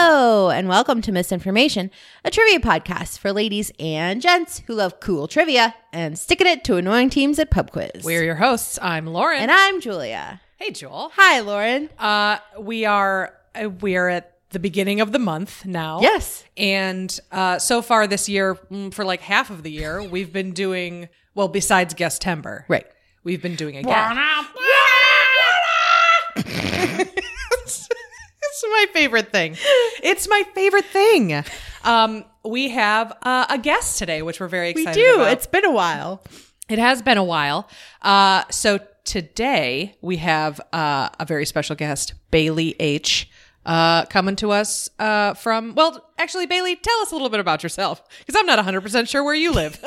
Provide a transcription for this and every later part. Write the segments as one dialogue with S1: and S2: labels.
S1: and welcome to Misinformation, a trivia podcast for ladies and gents who love cool trivia and sticking it to annoying teams at pub quiz.
S2: We're your hosts. I'm Lauren.
S1: and I'm Julia.
S2: hey, Joel.
S1: Hi, Lauren.
S2: Uh, we are uh, we are at the beginning of the month now.
S1: Yes.
S2: And uh, so far this year, mm, for like half of the year, we've been doing well. Besides Guest Tember,
S1: Right.
S2: We've been doing a guest. it's my favorite thing. It's my favorite thing. Um, we have uh, a guest today, which we're very
S1: We
S2: excited.
S1: do.
S2: about.
S1: It's been a while.
S2: It has been a while. Uh, so today we have uh, a very special guest, Bailey H. Uh, coming to us uh, from, well, actually, Bailey, tell us a little bit about yourself because I'm not 100% sure where you live.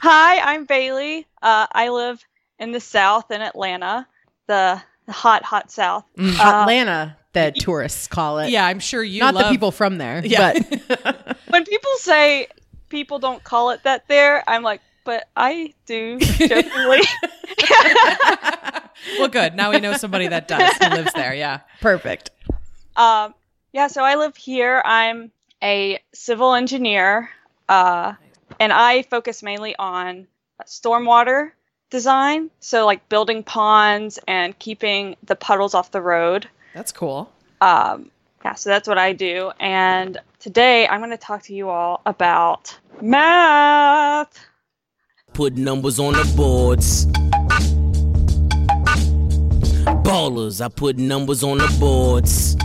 S3: Hi, I'm Bailey. Uh, I live in the South in Atlanta, the, the hot, hot South. Uh,
S1: Atlanta, that tourists call it.
S2: yeah, I'm sure you
S1: Not
S2: love-
S1: the people from there,
S2: Yeah.
S1: but
S3: when people say people don't call it that there, I'm like, but I do jokingly.
S2: well, good. Now we know somebody that does who lives there. Yeah.
S1: perfect.
S3: um, yeah, so I live here. I'm a civil engineer, uh, and I focus mainly on stormwater design. So, like building ponds and keeping the puddles off the road.
S2: That's cool.
S3: Um, yeah, so that's what I do. And today I'm going to talk to you all about math.
S4: Put numbers on the boards. Ballers, I put numbers on the boards.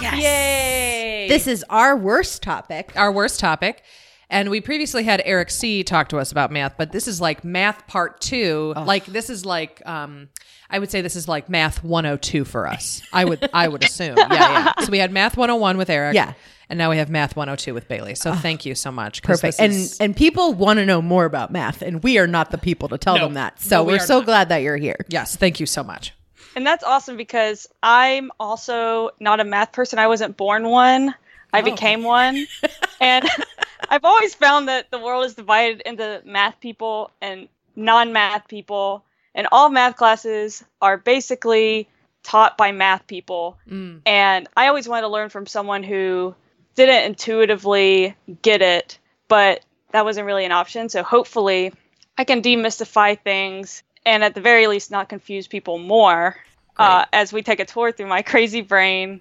S1: Yes.
S2: Yay.
S1: This is our worst topic.
S2: our worst topic. And we previously had Eric C talk to us about math, but this is like math part two. Like this is like um I would say this is like math 102 for us. I would I would assume. Yeah, yeah. So we had math 101 with Eric.
S1: Yeah.
S2: And now we have math 102 with Bailey. So thank you so much. 'cause
S1: Perfect.
S2: this
S1: And
S2: is-
S1: and people want to know more about math, and we are not the people to tell
S2: No.
S1: them that. So
S2: No, we
S1: we are
S2: are
S1: so
S2: not.
S1: glad that you're here.
S2: yes, thank you so much.
S3: And that's awesome because I'm also not a math person. I wasn't born one, I became one. and I've always found that the world is divided into math people and non math people. And all math classes are basically taught by math people.
S2: Mm.
S3: And I always wanted to learn from someone who didn't intuitively get it, but that wasn't really an option. So hopefully I can demystify things and at the very least not confuse people more uh, as we take a tour through my crazy brain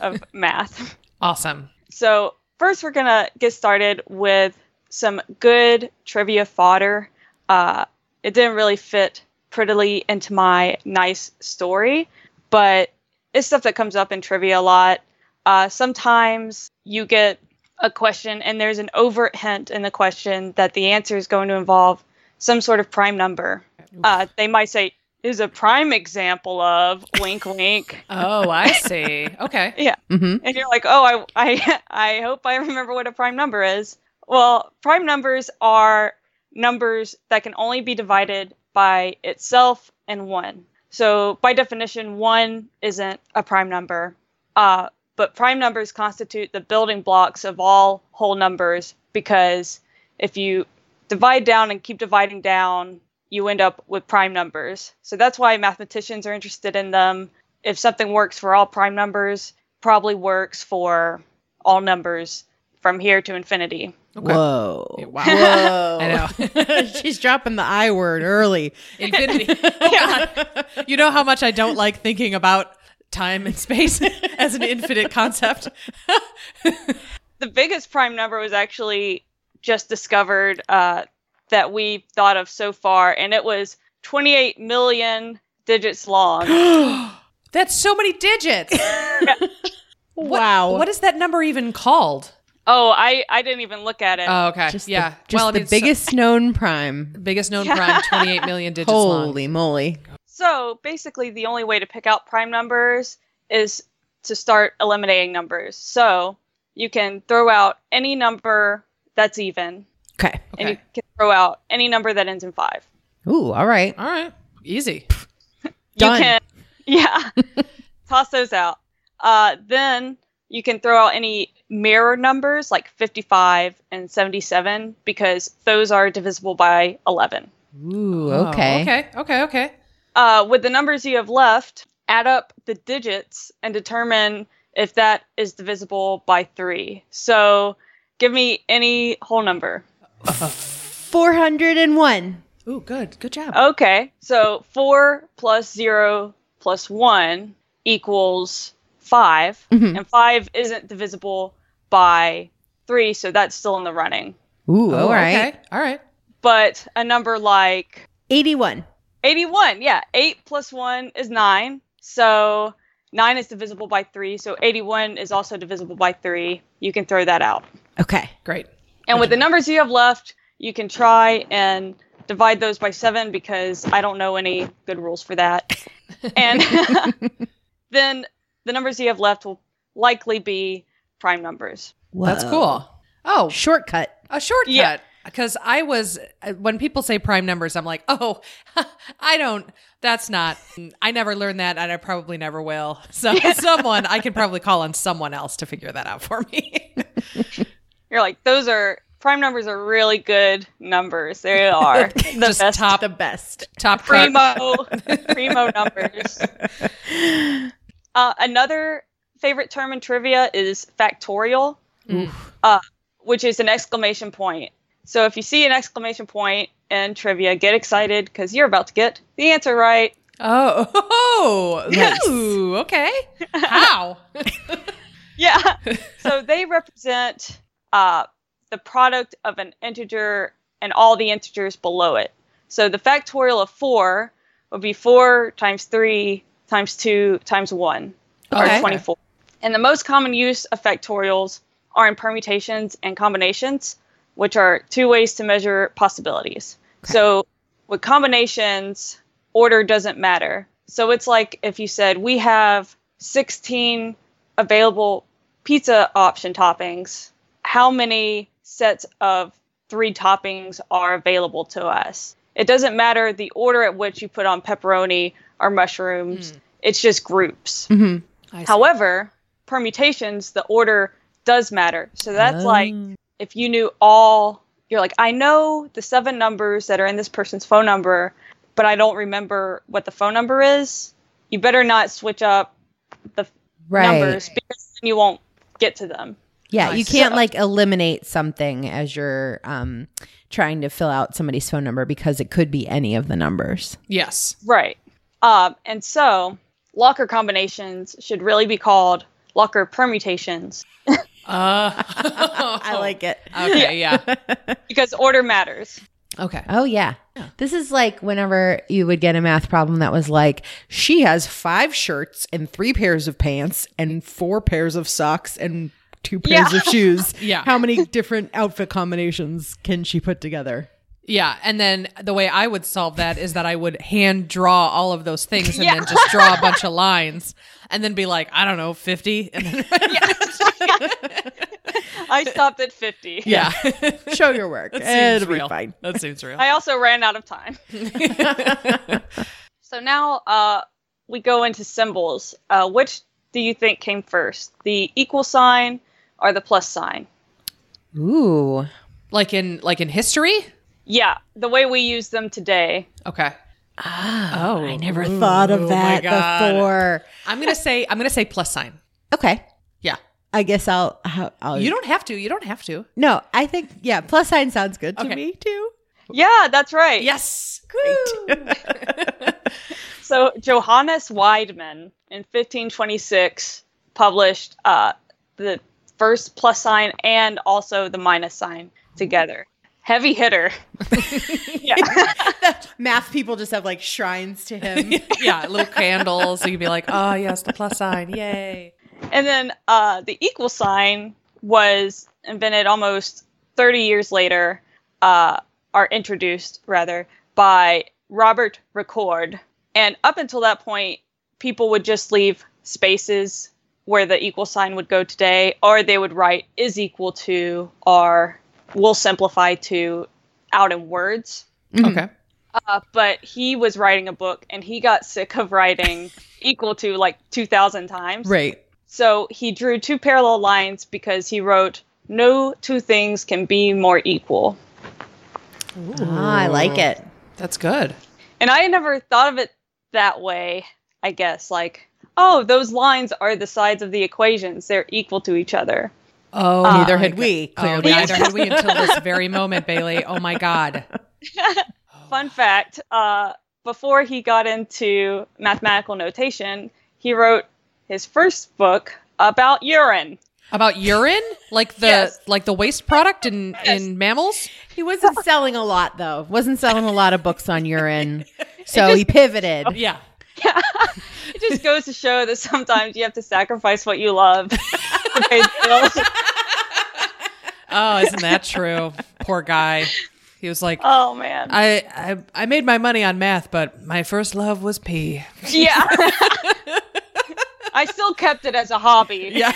S3: of math.
S2: Awesome.
S3: So, first, we're going to get started with some good trivia fodder. Uh, it didn't really fit prettily into my nice story, but it's stuff that comes up in trivia a lot. Uh, sometimes you get a question and there's an overt hint in the question that the answer is going to involve some sort of prime number. Uh, they might say, is a prime example of wink wink
S2: Oh, I see. Okay.
S1: Mm-hmm.
S3: and you're like, oh, I, I, I hope I remember what a prime number is. Well, prime numbers are numbers that can only be divided by itself and one. So, by definition, one isn't a prime number. Uh, but prime numbers constitute the building blocks of all whole numbers because if you divide down and keep dividing down, you end up with prime numbers. So, that's why mathematicians are interested in them. If something works for all prime numbers, probably works for all numbers from here to infinity.
S2: Okay.
S1: Whoa.
S2: Wow.
S1: Whoa.
S2: I
S1: know. She's dropping the I word early.
S2: Infinity. Oh, God. You know how much I don't like thinking about time and space as an infinite concept.
S3: The biggest prime number was actually just discovered uh, that we thought of so far, and it was 28 million digits long.
S2: That's so many digits.
S1: wow.
S2: What is that number even called?
S3: oh, I, I didn't even look at it.
S2: Oh, okay.
S1: Just
S2: yeah.
S1: The, just
S2: well, I
S1: the
S2: mean, it's
S1: biggest known prime.
S2: biggest known prime, 28 million digits long.
S1: Holy moly.
S3: So basically, the only way to pick out prime numbers is to start eliminating numbers. So you can throw out any number that's even,
S1: Okay.
S3: and you
S2: Okay.
S3: can throw out any number that ends in five.
S1: Ooh, all right.
S2: All right. Easy.
S3: You
S1: Done.
S3: can, yeah, toss those out. Uh, then you can throw out any mirror numbers like 55 and 77 because those are divisible by 11.
S1: Ooh,
S2: Oh,
S1: okay.
S2: okay. Okay. Okay.
S3: Uh, with the numbers you have left, add up the digits and determine if that is divisible by three. So give me any whole number.
S1: 401.
S2: Ooh, good. Good job.
S3: Okay, so four plus zero plus one equals 5
S1: Mhm.
S3: and five isn't divisible by three, so that's still in the running.
S1: Ooh,
S2: Oh,
S1: all right.
S2: Okay. All right.
S3: But a number like
S1: 81.
S3: 81 yeah 8 plus 1 is 9 so 9 is divisible by 3 so 81 is also divisible by 3 you can throw that out
S1: Okay.
S2: Great.
S3: and with the numbers you have left you can try and divide those by 7 because i don't know any good rules for that and then the numbers you have left will likely be prime numbers
S2: That's
S1: Whoa.
S2: cool. Oh,
S1: Shortcut.
S2: a shortcut.
S3: Yeah.
S2: Because I was, uh, when people say prime numbers, I'm like, oh, I don't, that's not, I never learned that and I probably never will. So someone, I could probably call on someone else to figure that out for me.
S3: you're like those are prime numbers are really good numbers they are the
S2: Just
S3: best
S2: top,
S1: The best.
S2: top cut.
S3: primo primo numbers uh, another favorite term in trivia is factorial uh, which is an exclamation point so if you see an exclamation point in trivia get excited because you're about to get the answer right
S2: Oh, oh, ooh, okay. How?
S3: yeah so they represent uh, the product of an integer and all the integers below it so the factorial of 4 would be 4 times 3 times 2 times 1
S2: Okay.
S3: or 24. And the most common use of factorials are in permutations and combinations, which are two ways to measure possibilities. So with combinations, order doesn't matter. So it's like if you said, we have 16 available pizza option toppings, how many sets of three toppings are available to us? It doesn't matter the order at which you put on pepperoni or mushrooms, it's just groups.
S1: Mhm.
S2: Hmm. I see.
S3: However, permutations, the order does matter. So that's
S2: Oh.
S3: like if you knew all, you're like, I know the seven numbers that are in this person's phone number, but I don't remember what the phone number is. You better not switch up the
S1: Right.
S3: numbers because then you won't get to them.
S1: Yeah, you
S2: Nice.
S1: can't like eliminate something as you're um, trying to fill out somebody's phone number because it could be any of the numbers.
S2: Yes.
S3: Right. Um, and so locker combinations should really be called locker permutations
S2: Uh,
S1: I like it.
S2: Okay, yeah.
S3: because order matters.
S2: Okay.
S1: Oh yeah. This is like whenever you would get a math problem that was like, she has five shirts and three pairs of pants and four pairs of socks and two pairs
S3: Yeah.
S1: of shoes.
S2: Yeah.
S1: How many different outfit combinations can she put together?
S2: Yeah, and then the way I would solve that is that I would hand draw all of those things and
S3: Yeah.
S2: then just draw a bunch of lines and then be like, I don't know, 50. And then,
S3: I stopped at 50.
S2: yeah.
S1: Show your work.
S2: Seems
S1: It'll
S2: real.
S1: be fine.
S2: That seems real.
S3: I also ran out of time. so now uh, we go into symbols. Uh, which do you think came first, the equal sign or the plus sign?
S1: Ooh.
S2: like in like in history?
S3: Yeah, the way we use them today.
S2: Okay. oh. I
S1: Ah, Never thought of that before.
S2: I'm going to say I'm going to say plus sign.
S1: Okay.
S2: Yeah.
S1: I guess I'll. I'll, I'll
S2: You don't have to. You don't have to.
S1: No, I think yeah. Plus sign sounds good
S2: Okay.
S1: to me too.
S3: Yeah, that's right.
S2: Yes.
S3: So Johannes Weidmann in 1526 published uh, the first plus sign and also the minus sign together. Heavy hitter. yeah.
S1: Math people just have like shrines to him.
S2: yeah, little candles. So you'd be like, oh, yes, the plus sign. Yay.
S3: And then uh, the equal sign was invented almost 30 years later, uh, or introduced rather, by Robert Record. And up until that point, people would just leave spaces where the equal sign would go today, or they would write is equal to, or will simplify to out in words.
S1: Mm-hmm.
S2: Okay.
S3: Uh, but he was writing a book and he got sick of writing equal to like 2,000 times.
S2: Right.
S3: So he drew two parallel lines because he wrote, No two things can be more equal.
S1: Ah, I like it.
S2: That's good.
S3: And I had never thought of it that way. I guess. Like, oh, those lines are the sides of the equations. They're equal to each other.
S2: Oh,
S1: Neither
S2: my
S1: had
S2: go-
S1: we,
S2: Oh,
S1: clearly.
S2: neither had we until this very moment, Bailey. Oh my God.
S3: Fun fact uh, before he got into mathematical notation, he wrote his first book about urine.
S2: About urine, like the
S3: Yes.
S2: like the waste product in in mammals.
S1: He wasn't selling a lot though. Wasn't selling a lot of books on urine. So he pivoted.
S2: Yeah.
S3: It just goes to show that sometimes you have to sacrifice what you love to pay the bills.
S2: Oh, isn't that true? Poor guy. He was like,
S3: Oh, man.
S2: I, I I made my money on math, but my first love was pee.
S3: Yeah. I still kept it as a hobby,
S2: Yeah,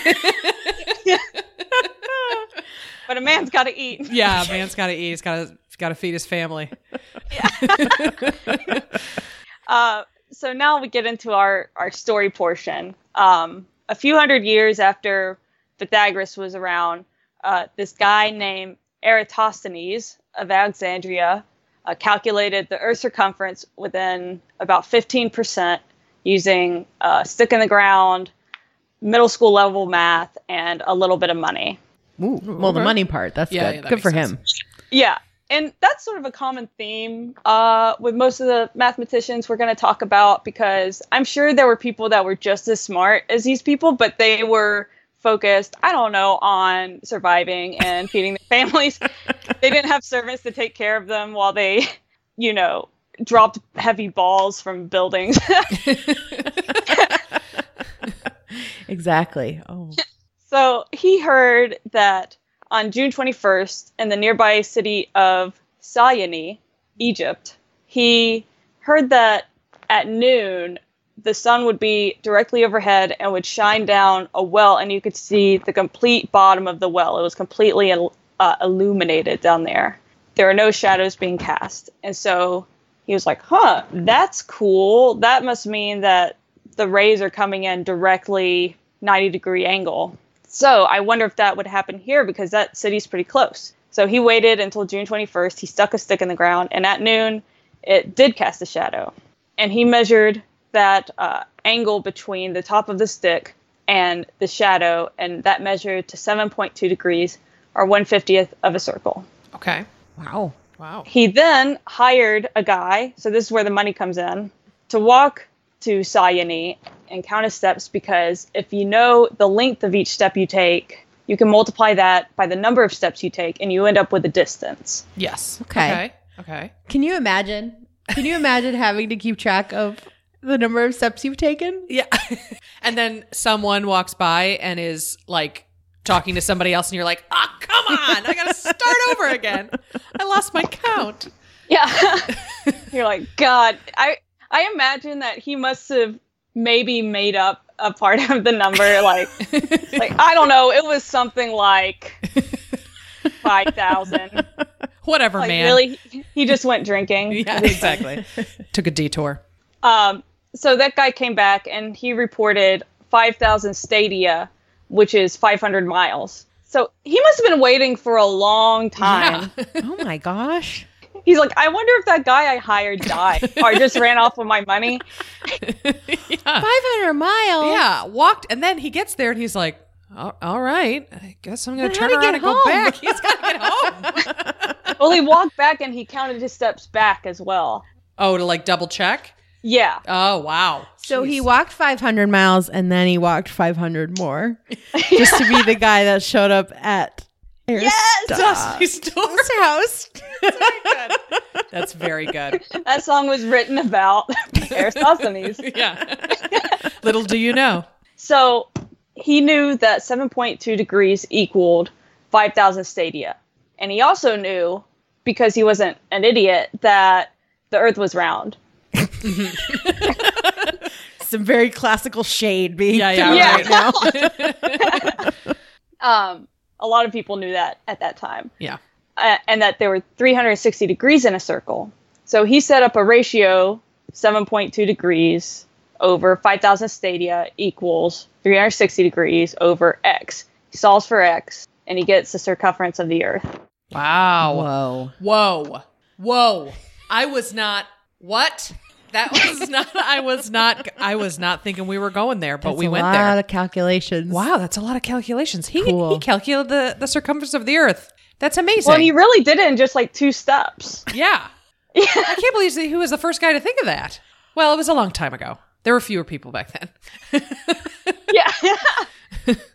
S3: but a man's got to eat.
S2: yeah. Man's got to eat. He's got to got to feed his family.
S3: Uh, so now we get into our, our story portion. Um, a few hundred years after Pythagoras was around, uh, this guy named Eratosthenes of Alexandria uh, calculated the Earth's circumference within about 15% using uh, stick in the ground, middle school level math, and a little bit of money.
S1: Ooh, well, the money part. That's
S2: Yeah,
S1: good.
S2: yeah, that
S1: good for
S2: makes
S1: him.
S3: Yeah. And that's sort of a common theme uh, with most of the mathematicians we're going to talk about because I'm sure there were people that were just as smart as these people, but they were focused, I don't know, on surviving and feeding their families. they didn't have servants to take care of them while they, you know, dropped heavy balls from buildings.
S1: Exactly. Oh,
S3: So he heard that on June 21st, in the nearby city of Sayani, Egypt, he heard that at noon the sun would be directly overhead and would shine down a well, and you could see the complete bottom of the well. It was completely il- uh, illuminated down there. There were no shadows being cast. And so he was like, huh, that's cool. That must mean that the rays are coming in directly 90 degree angle. So I wonder if that would happen here because that city's pretty close. So he waited until June 21st. He stuck a stick in the ground, and at noon, it did cast a shadow. And he measured that uh, angle between the top of the stick and the shadow, and that measured to 7.2 degrees or 150th of a circle.
S2: Okay.
S1: wow.
S2: Wow.
S3: He then hired a guy, so this is where the money comes in, to walk to Sayani and count his steps because if you know the length of each step you take, you can multiply that by the number of steps you take and you end up with a distance.
S2: Yes.
S1: Okay.
S2: Okay.
S1: Can you imagine? Can you imagine having to keep track of the number of steps you've taken?
S2: Yeah. and then someone walks by and is like talking to somebody else, and you're like, oh, come on, I gotta start over again. I lost my count.
S3: Yeah. You're like, God, I I imagine that he must have maybe made up a part of the number, like like I don't know, it was something like five thousand.
S2: Whatever,
S3: Like
S2: man.
S3: really he just went drinking.
S2: Yeah, exactly. Took a detour.
S3: Um, so that guy came back and he reported 5,000 stadia, which is 500 miles. So he must have been waiting for a long time.
S1: Oh my gosh.
S3: He's like, I wonder if that guy I hired died or just ran off with my money.
S2: yeah.
S1: 500 miles.
S2: Yeah, walked, and then he gets there, and he's like, "Al- "All right, I guess I'm gonna
S1: But
S2: turn
S1: how'd he
S2: around and
S1: get home?
S2: go back." He's gotta get home.
S3: Well, he walked back and he counted his steps back as well.
S2: oh, to like double check.
S3: Yeah.
S2: Oh, wow.
S1: So he
S2: Jeez.
S1: walked 500 miles and then he walked 500 more just to be the guy that showed up at
S3: Yes!
S1: Aristotle-
S2: Dusty's door.
S1: house.
S2: That's very good.
S3: That song was written about Aristophanes.
S2: Yeah. Little do you know.
S3: So he knew that 7.2 degrees equaled 5,000 stadia. And he also knew, because he wasn't an idiot, that the earth was round.
S1: Some very classical shade being
S2: Yeah, yeah,
S1: thrown
S3: Yeah.
S1: right now.
S3: Um, a lot of people knew that at that time.
S2: Yeah.
S3: uh, and that there were 360 degrees in a circle. So he set up a ratio 7.2 degrees over 5,000 stadia equals 360 degrees over x. He solves for x, and he gets the circumference of the earth.
S2: Wow.
S1: Whoa.
S2: Whoa. Whoa. I was not. What? That was not. I was not. I was not thinking we were going there, but
S1: That's
S2: we
S1: a
S2: went
S1: lot
S2: there.
S1: of calculations.
S2: wow, that's a lot of calculations. He he
S1: Cool.
S2: calculated the the circumference of the Earth. That's amazing.
S3: Well, he really did it in just like two steps.
S2: yeah. I can't believe that he was the first guy to think of that. Well, it was a long time ago. There were fewer people back then.
S3: yeah.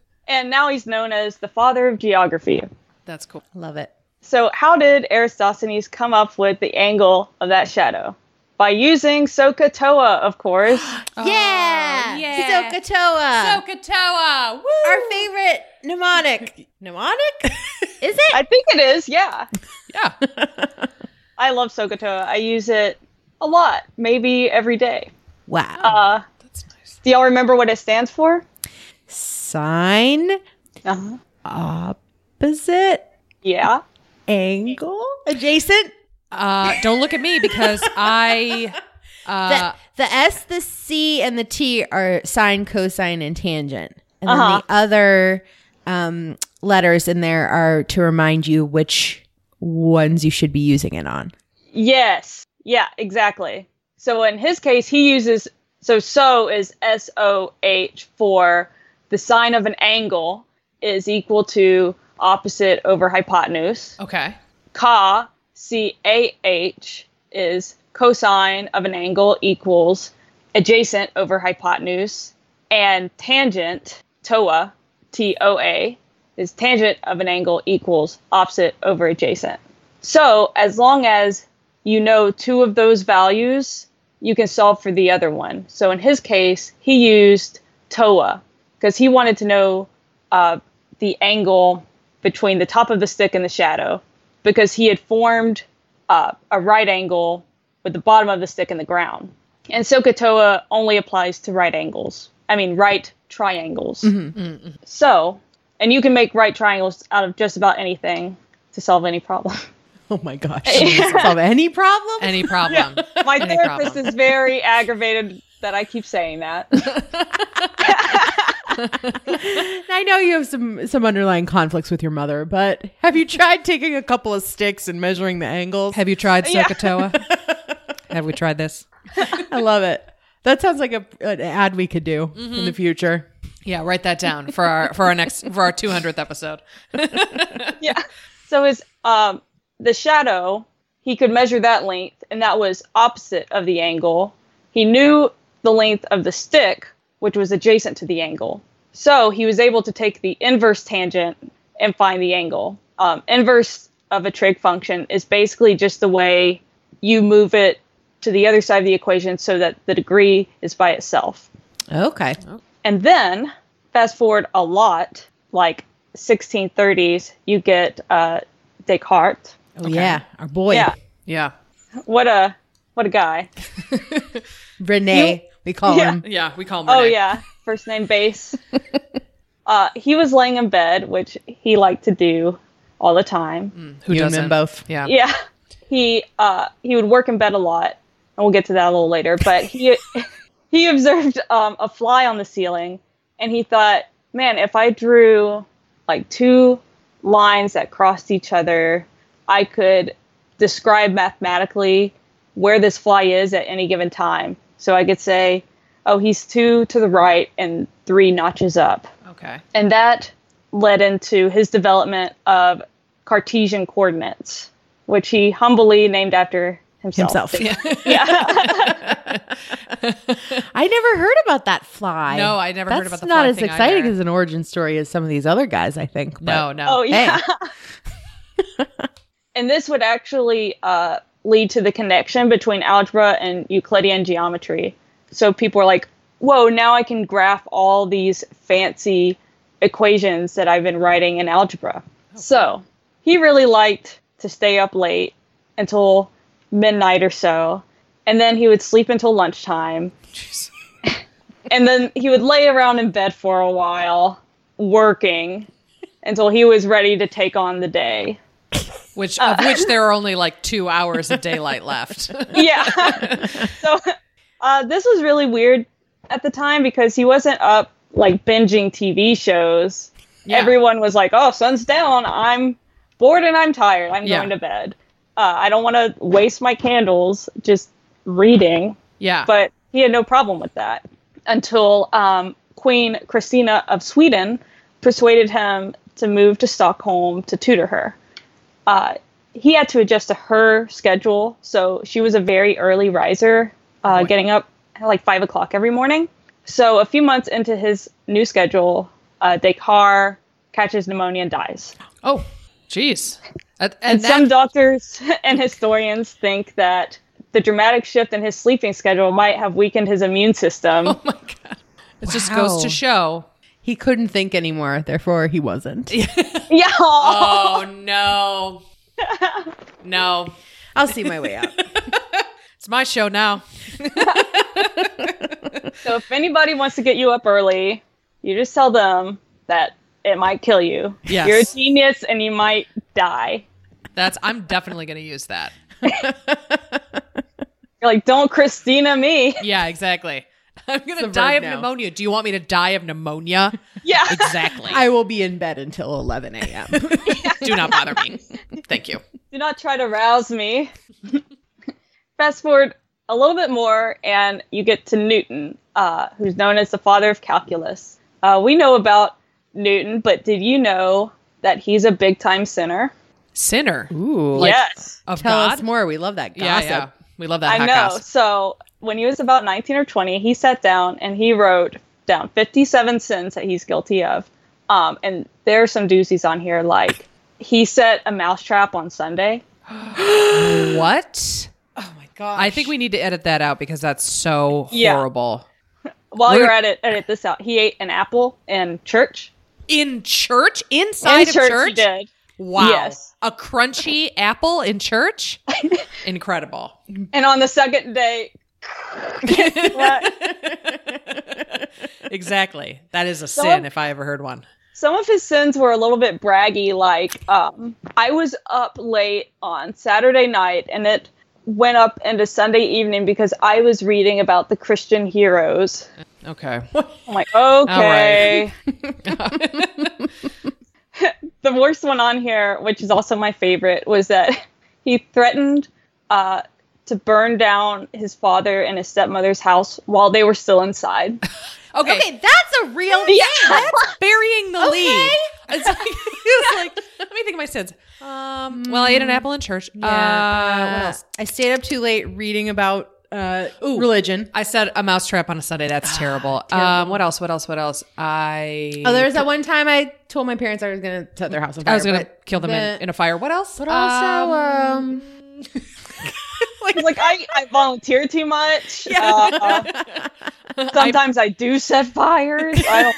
S3: and now he's known as the father of geography.
S2: that's cool.
S1: Love it.
S3: So, how did Aristoteles come up with the angle of that shadow? By using Sokotoa, of course.
S1: yeah.
S2: yeah.
S1: Hisoka Toa.
S2: Sokotoa. Woo!
S1: our favorite mnemonic. mnemonic? Is it?
S3: I think it is, yeah.
S2: yeah.
S3: I love Sokotoa. I use it a lot, maybe every day.
S1: Wow.
S3: Uh,
S2: That's nice.
S3: do y'all remember what it stands for?
S1: Sign
S3: Uh-huh.
S1: opposite
S3: Yeah.
S1: angle adjacent.
S2: Uh, don't look at me because I. Uh,
S1: The, the S, the C, and the T are sine, cosine, and tangent. And
S3: Uh-huh.
S1: then the other um, letters in there are to remind you which ones you should be using it on.
S3: Yes. Yeah, exactly. So in his case, he uses so so is S O H for the sine of an angle is equal to opposite over hypotenuse.
S2: okay.
S3: Ca C A H is cosine of an angle equals adjacent over hypotenuse, and tangent toa T O A is tangent of an angle equals opposite over adjacent. So as long as you know two of those values, you can solve for the other one. So in his case, he used toa because he wanted to know uh, the angle between the top of the stick and the shadow because he had formed uh, a right angle with the bottom of the stick and the ground. And Sokotoa only applies to right angles. I mean, right triangles.
S2: Mm-hmm.
S3: So, and you can make right triangles out of just about anything to solve any problem.
S1: Oh my gosh. Solve any problem?
S2: Any problem?
S3: My
S2: Any
S3: therapist
S2: problem.
S3: is very aggravated that I keep saying that.
S1: And I know you have some some underlying conflicts with your mother, but have you tried taking a couple of sticks and measuring the angles?
S2: Have you tried Sokotoa? Have we tried this?
S1: I love it. That sounds like a, an ad we could do in
S2: Mm-hmm.
S1: the future.
S2: Yeah, write that down for our for our next for our 200th episode.
S3: yeah. So his um the shadow, he could measure that length, and that was opposite of the angle. He knew the length of the stick, which was adjacent to the angle. So he was able to take the inverse tangent and find the angle. Um, inverse of a trig function is basically just the way you move it to the other side of the equation so that the degree is by itself.
S1: Okay.
S3: And then fast forward a lot, like 1630s, you get uh, Descartes.
S1: Oh yeah, our boy
S3: Yeah,
S2: Yeah.
S3: what a what a guy.
S1: Renee, we call
S3: Yeah.
S1: him.
S2: Yeah, we call him
S3: Oh
S2: Renee.
S3: yeah, first name base. uh, he was laying in bed, which he liked to do all the time.
S2: Who
S1: You and
S2: doesn't?
S1: them both.
S2: Yeah.
S3: Yeah, he uh, he would work in bed a lot, and we'll get to that a little later. But he he observed um, a fly on the ceiling, and he thought, man, if I drew like two lines that crossed each other, I could describe mathematically where this fly is at any given time. So I could say, oh, he's two to the right and three notches up
S2: Okay.
S3: and that led into his development of Cartesian coordinates, which he humbly named after himself.
S1: Himself.
S2: Yeah.
S1: I never heard about that fly.
S2: No, I never heard
S1: That's
S2: about the
S1: not
S2: fly
S1: as
S2: thing
S1: exciting
S2: either.
S1: as an origin story as some of these other guys. I think. but-
S2: no, no.
S3: Oh yeah.
S1: Hey.
S3: and this would actually uh, lead to the connection between algebra and Euclidean geometry. So people are like, "Whoa! Now I can graph all these fancy equations that I've been writing in algebra." So he really liked to stay up late until midnight or so, and then he would sleep until lunchtime.
S2: Jeez.
S3: and then he would lay around in bed for a while working until he was ready to take on the day
S2: Which
S3: Uh,
S2: of which there are only like two hours of daylight left.
S3: yeah so uh, this was really weird at the time because he wasn't up like binging tv shows
S2: Yeah.
S3: everyone was like oh sun's down i'm bored and i'm tired i'm
S2: Yeah.
S3: going to bed uh, i don't want to waste my candles just reading
S2: Yeah.
S3: but he had no problem with that until um, Queen Christina of Sweden persuaded him to move to Stockholm to tutor her. Uh, he had to adjust to her schedule, so she was a very early riser, uh, getting up at like five o'clock every morning. So a few months into his new schedule, uh, Descartes catches pneumonia and dies.
S2: oh, jeez. And, and
S3: And
S2: that- oh
S3: some doctors and historians think that the dramatic shift in his sleeping schedule might have weakened his immune system.
S2: oh my god, it just goes
S1: Wow.
S2: to show.
S1: He couldn't think anymore, therefore he wasn't.
S3: Yeah.
S2: Oh no, no,
S1: I'll see my way out.
S2: it's my show now.
S3: So if anybody wants to get you up early, you just tell them that it might kill you.
S2: Yes.
S3: You're a genius and you might die.
S2: That's I'm definitely gonna use that.
S3: You're like, don't Christina me.
S2: Yeah, exactly. I'm gonna
S1: verb
S2: die of
S1: now.
S2: pneumonia. Do you want me to die of pneumonia?
S3: Yeah.
S2: Exactly.
S1: I will be in bed until 11 a.m.
S2: Do not bother me. Thank you.
S3: Do not try to rouse me. Fast forward a little bit more, and you get to Newton, uh, who's known as the father of calculus. Uh, we know about Newton, but did you know that he's a big time sinner?
S2: Sinner
S1: Ooh.
S3: yes.
S2: of
S1: Tell
S2: God.
S1: us more. We love that
S2: yeah,
S1: gossip.
S2: yeah. We love that.
S3: I
S2: hot
S3: know.
S2: gossip.
S3: So when he was about 19 or 20, he sat down and he wrote down 57 sins that he's guilty of. Um, and there are some doozies on here, like he set a mousetrap on Sunday.
S2: What?
S1: Oh my god.
S2: I think we need to edit that out because that's so
S3: Yeah.
S2: horrible.
S3: While
S2: Where-
S3: you're at it, edit this out. He ate an apple in church.
S2: In church, inside
S3: in
S2: of
S3: church,
S2: church.
S3: he did.
S2: Wow.
S3: Yes.
S2: A crunchy apple in church? Incredible.
S3: And on the second day,
S2: exactly. That is a sin
S3: Someone-
S2: if I ever heard one.
S3: some of his sins were a little bit braggy. Like, um, I was up late on Saturday night, and it went up into Sunday evening because I was reading about the Christian heroes.
S2: Okay.
S3: I'm like, okay. the worst one on here, which is also my favorite, was that he threatened uh, to burn down his father and his stepmother's house while they were still inside.
S2: Okay.
S1: Okay, that's a real
S3: Yeah.
S2: That's burying the lead. It's like, it's like, let me think of my sins. Um, well, I ate an apple in church.
S1: Yeah. uh, what
S2: Uh,
S1: else? I stayed up too late reading about uh,
S2: Ooh.
S1: religion.
S2: I said a mousetrap on a Sunday. That's terrible. Um, what else? What else? What else? I
S1: Oh, there was that one time I told my parents I was going to set their house on
S2: I
S1: fire.
S2: was gonna
S1: but
S2: kill them in,
S1: the-
S2: in a fire. What else?
S1: But also, um,
S3: He's like, I, I volunteer too much. Uh, sometimes I, do set fires. I don't.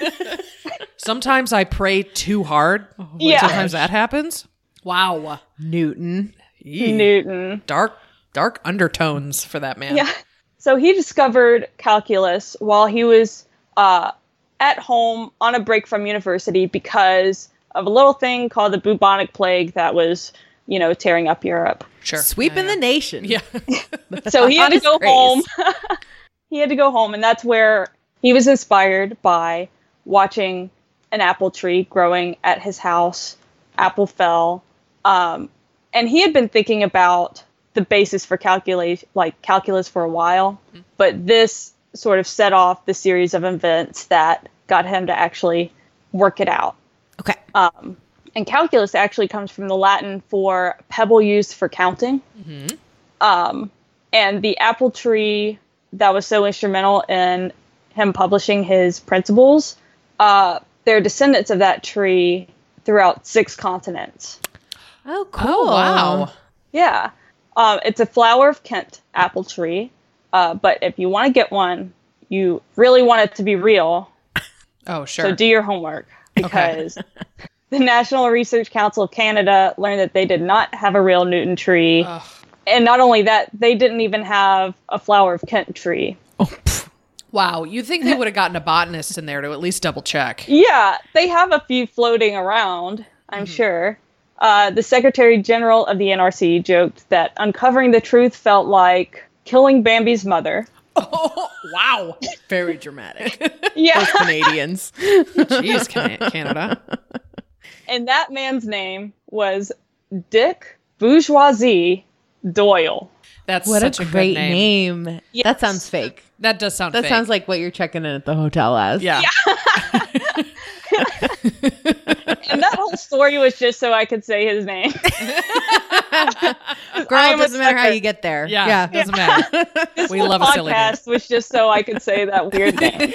S2: sometimes I pray too hard.
S3: Yeah.
S2: Sometimes that happens. Wow.
S1: Newton.
S2: Eek.
S3: Newton.
S2: Dark, dark undertones for that man.
S3: Yeah. So he discovered calculus while he was uh, at home on a break from university because of a little thing called the bubonic plague that was, you know, tearing up Europe.
S2: Sure.
S1: Sweeping the nation.
S2: Yeah.
S3: So he had to
S1: Honest
S3: go
S1: praise.
S3: home. he had to go home, and that's where he was inspired by watching an apple tree growing at his house. Apple fell, um, and he had been thinking about the basis for calculate like calculus for a while,
S1: Mm-hmm.
S3: but this sort of set off the series of events that got him to actually work it out. Um,
S1: Okay.
S3: And calculus actually comes from the Latin for pebble used for counting.
S1: Mm-hmm.
S3: Um, and the apple tree that was so instrumental in him publishing his principles, uh, they're descendants of that tree throughout six continents.
S1: Oh, cool.
S2: Oh wow.
S3: Yeah. Um, it's a flower of Kent apple tree. Uh, but if you want to get one, you really want it to be real.
S2: Oh sure.
S3: So do your homework because the National Research Council of Canada learned that they did not have a real Newton tree.
S2: Ugh.
S3: And not only that, they didn't even have a flower of Kent tree.
S2: Wow, you think they would have gotten a botanist in there to at least double check?
S3: Yeah, they have a few floating around, I'm sure. Uh, the Secretary General of the NRC joked that uncovering the truth felt like killing Bambi's mother.
S2: Oh, wow.
S1: Very dramatic.
S3: Yeah,
S1: Canadians.
S2: Jeez, Can- Canada.
S3: and that man's name was Dick Bourgeoisie Doyle.
S2: That's
S1: What
S2: such
S1: a
S2: good
S1: great
S2: name.
S1: name.
S3: Yes.
S1: That sounds fake.
S2: That does sound.
S1: That
S2: fake.
S1: sounds like what you're checking in at the hotel as.
S2: Yeah.
S3: And that whole story was just so I could say his name.
S1: Girl,
S3: I
S1: it
S3: am a
S1: doesn't matter how
S3: sucker.
S1: you get there.
S2: Yeah, doesn't matter. we love a silly name.
S3: Podcast was just so I could say that weird name.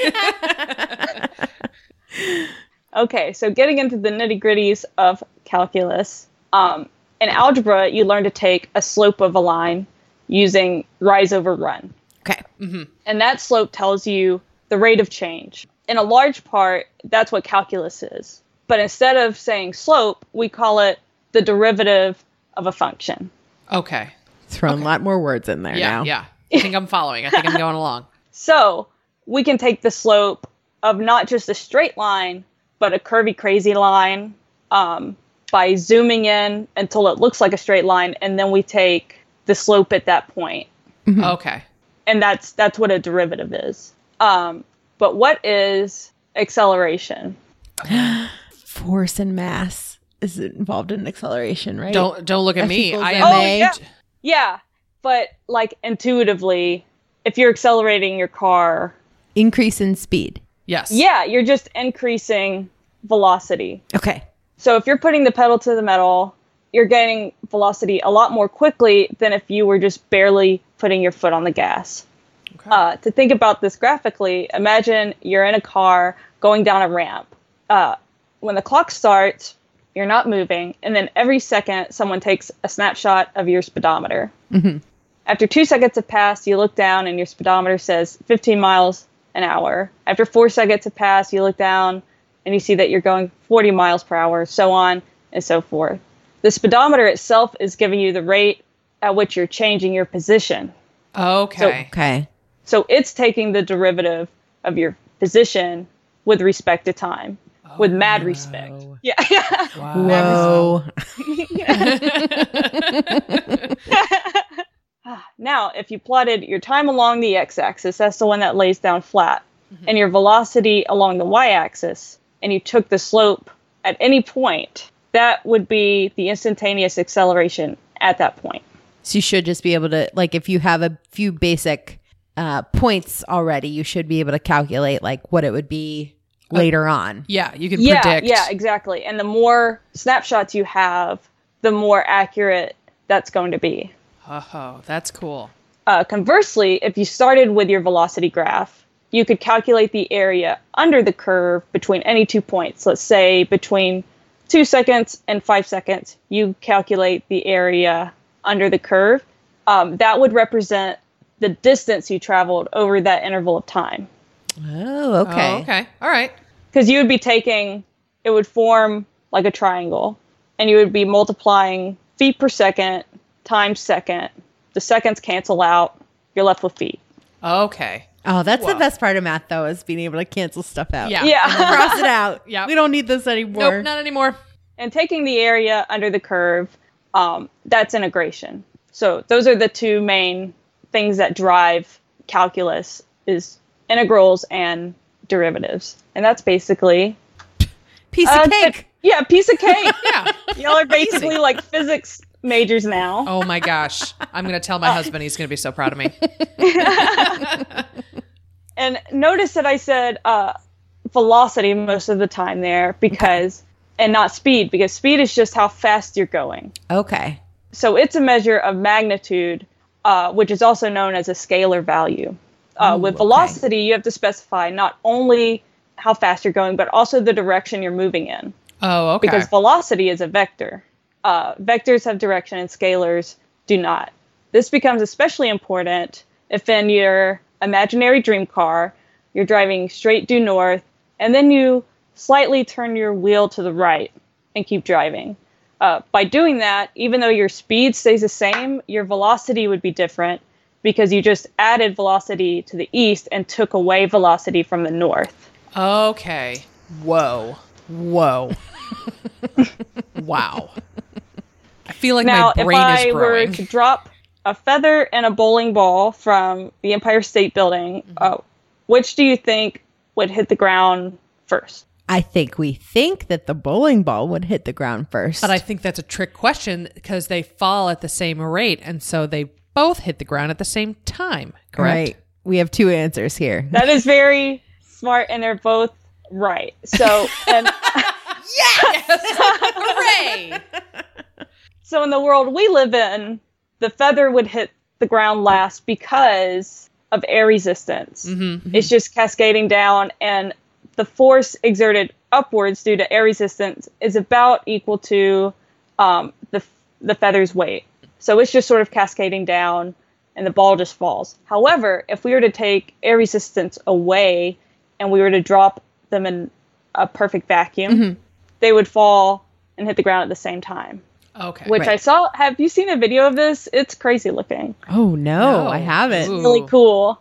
S3: Okay, so getting into the nitty gritties of calculus. Um, in algebra, you learn to take a slope of a line using rise over run.
S1: Okay.
S2: mm-hmm.
S3: and that slope tells you the rate of change. In a large part, that's what calculus is. But instead of saying slope, we call it the derivative of a function.
S2: Okay.
S1: Throwing a lot more words in there
S2: Yeah.
S1: now.
S2: Yeah. I think I'm following. I think I'm going along.
S3: So we can take the slope of not just a straight line, but a curvy, crazy line um, by zooming in until it looks like a straight line, and then we take the slope at that point. Mhm.
S2: Okay.
S3: and that's that's what a derivative is. Um, but what is acceleration?
S1: Force and mass is involved in acceleration, right?
S2: Don't don't look at
S1: F
S2: me.
S1: equals
S2: I
S1: ma.
S2: am.
S3: Oh, yeah. Yeah, but like intuitively, if you're accelerating your car,
S1: increase in speed.
S2: Yes.
S3: yeah, you're just increasing velocity.
S1: Okay.
S3: So if you're putting the pedal to the metal, you're gaining velocity a lot more quickly than if you were just barely putting your foot on the gas. Uh, to think about this graphically, imagine you're in a car going down a ramp. Uh, when the clock starts, you're not moving, and then every second, someone takes a snapshot of your speedometer. After two seconds have passed, you look down and your speedometer says 15 miles an hour. After four seconds have passed, you look down and you see that you're going 40 miles per hour, so on and so forth. The speedometer itself is giving you the rate at which you're changing your position.
S2: Okay.
S1: Okay.
S3: So it's taking the derivative of your position with respect to time, with mad respect. Yeah.
S1: Whoa.
S3: Now, if you plotted your time along the x axis, that's the one that lays down flat, and your velocity along the y axis, and you took the slope at any point, that would be the instantaneous acceleration at that point.
S1: So you should just be able to like if you have a few basic uh, points already, you should be able to calculate like what it would be
S2: Oh.
S1: later on.
S2: Yeah. You can
S3: yeah,
S2: predict.
S3: yeah, exactly. And the more snapshots you have, the more accurate that's going to be.
S2: Oh, that's cool.
S3: Uh, conversely, if you started with your velocity graph, you could calculate the area under the curve between any two points. Let's say between two seconds and five seconds, you calculate the area under the curve. Um, that would represent the distance you traveled over that interval of time.
S1: Oh, okay.
S2: Oh, okay. All right.
S3: Because you would be taking, it would form like a triangle, and you would be multiplying feet per second times second. The seconds cancel out, you're left with feet.
S2: Okay.
S1: Oh, that's the
S2: Whoa.
S1: best part of math though, is being able to cancel stuff out.
S2: Yeah.
S3: Yeah.
S1: Cross it out.
S2: Yeah.
S1: We don't need this anymore.
S2: Nope. Not anymore.
S3: and taking the area under the curve, um, that's integration. So those are the two main things that drive calculus is integrals and derivatives. And that's basically
S1: Piece
S3: Uh,
S1: of cake.
S3: yeah, piece of cake.
S2: Yeah.
S3: Y'all are basically like physics majors now.
S2: Oh my gosh. I'm gonna tell my husband. He's gonna be so proud of me.
S3: And notice that I said uh, velocity most of the time there because and not speed because speed is just how fast you're going.
S1: Okay.
S3: So it's a measure of magnitude, uh, which is also known as a scalar value. Uh, with velocity, you have to specify not only how fast you're going, but also the direction you're moving in,
S2: Oh, okay.
S3: because velocity is a vector. Uh, vectors have direction and scalars do not. This becomes especially important if in your imaginary dream car, you're driving straight due north, and then you slightly turn your wheel to the right and keep driving. Uh, by doing that, even though your speed stays the same, your velocity would be different because you just added velocity to the east and took away velocity from the north.
S2: Okay. Whoa. Whoa. wow. I feel like
S3: now,
S2: my
S3: if
S2: brain
S3: I
S2: is
S3: were
S2: growing.
S3: to drop a feather and a bowling ball from
S2: Mm-hmm.
S3: the Empire State Building, uh, which do you think would hit the ground first?
S1: I think we think that the bowling ball would hit the ground first.
S2: But I think that's a trick question because they fall at the same rate, and so they both hit the ground at the same time. Correct.
S1: Right. We have two answers here.
S3: That is very smart, and they're both right. So, and
S2: Hooray!
S3: so in the world we live in, the feather would hit the ground last because of air resistance. It's just cascading down, and the force exerted upwards due to air resistance is about equal to um, the the feather's weight. So it's just sort of cascading down, and the ball just falls. However, if we were to take air resistance away and we were to drop them in a perfect vacuum,
S2: Mm-hmm.
S3: they would fall and hit the ground at the same time.
S2: okay.
S3: Which I saw. Have you seen a video of this? It's crazy looking.
S1: oh no,
S2: No.
S1: I haven't.
S2: Ooh.
S3: Really cool.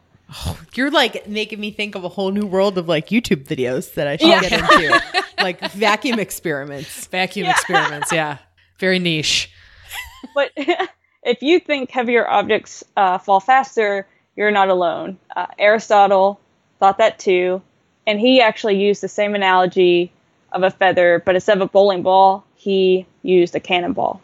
S1: You're like making me think of a whole new world of like YouTube videos that I should get into. like vacuum experiments.
S2: Vacuum experiments. Yeah. Very niche.
S3: But if you think heavier objects uh, fall faster, you're not alone. Uh, Aristotle thought that too, and he actually used the same analogy of a feather, but instead of a bowling ball, he used a cannonball.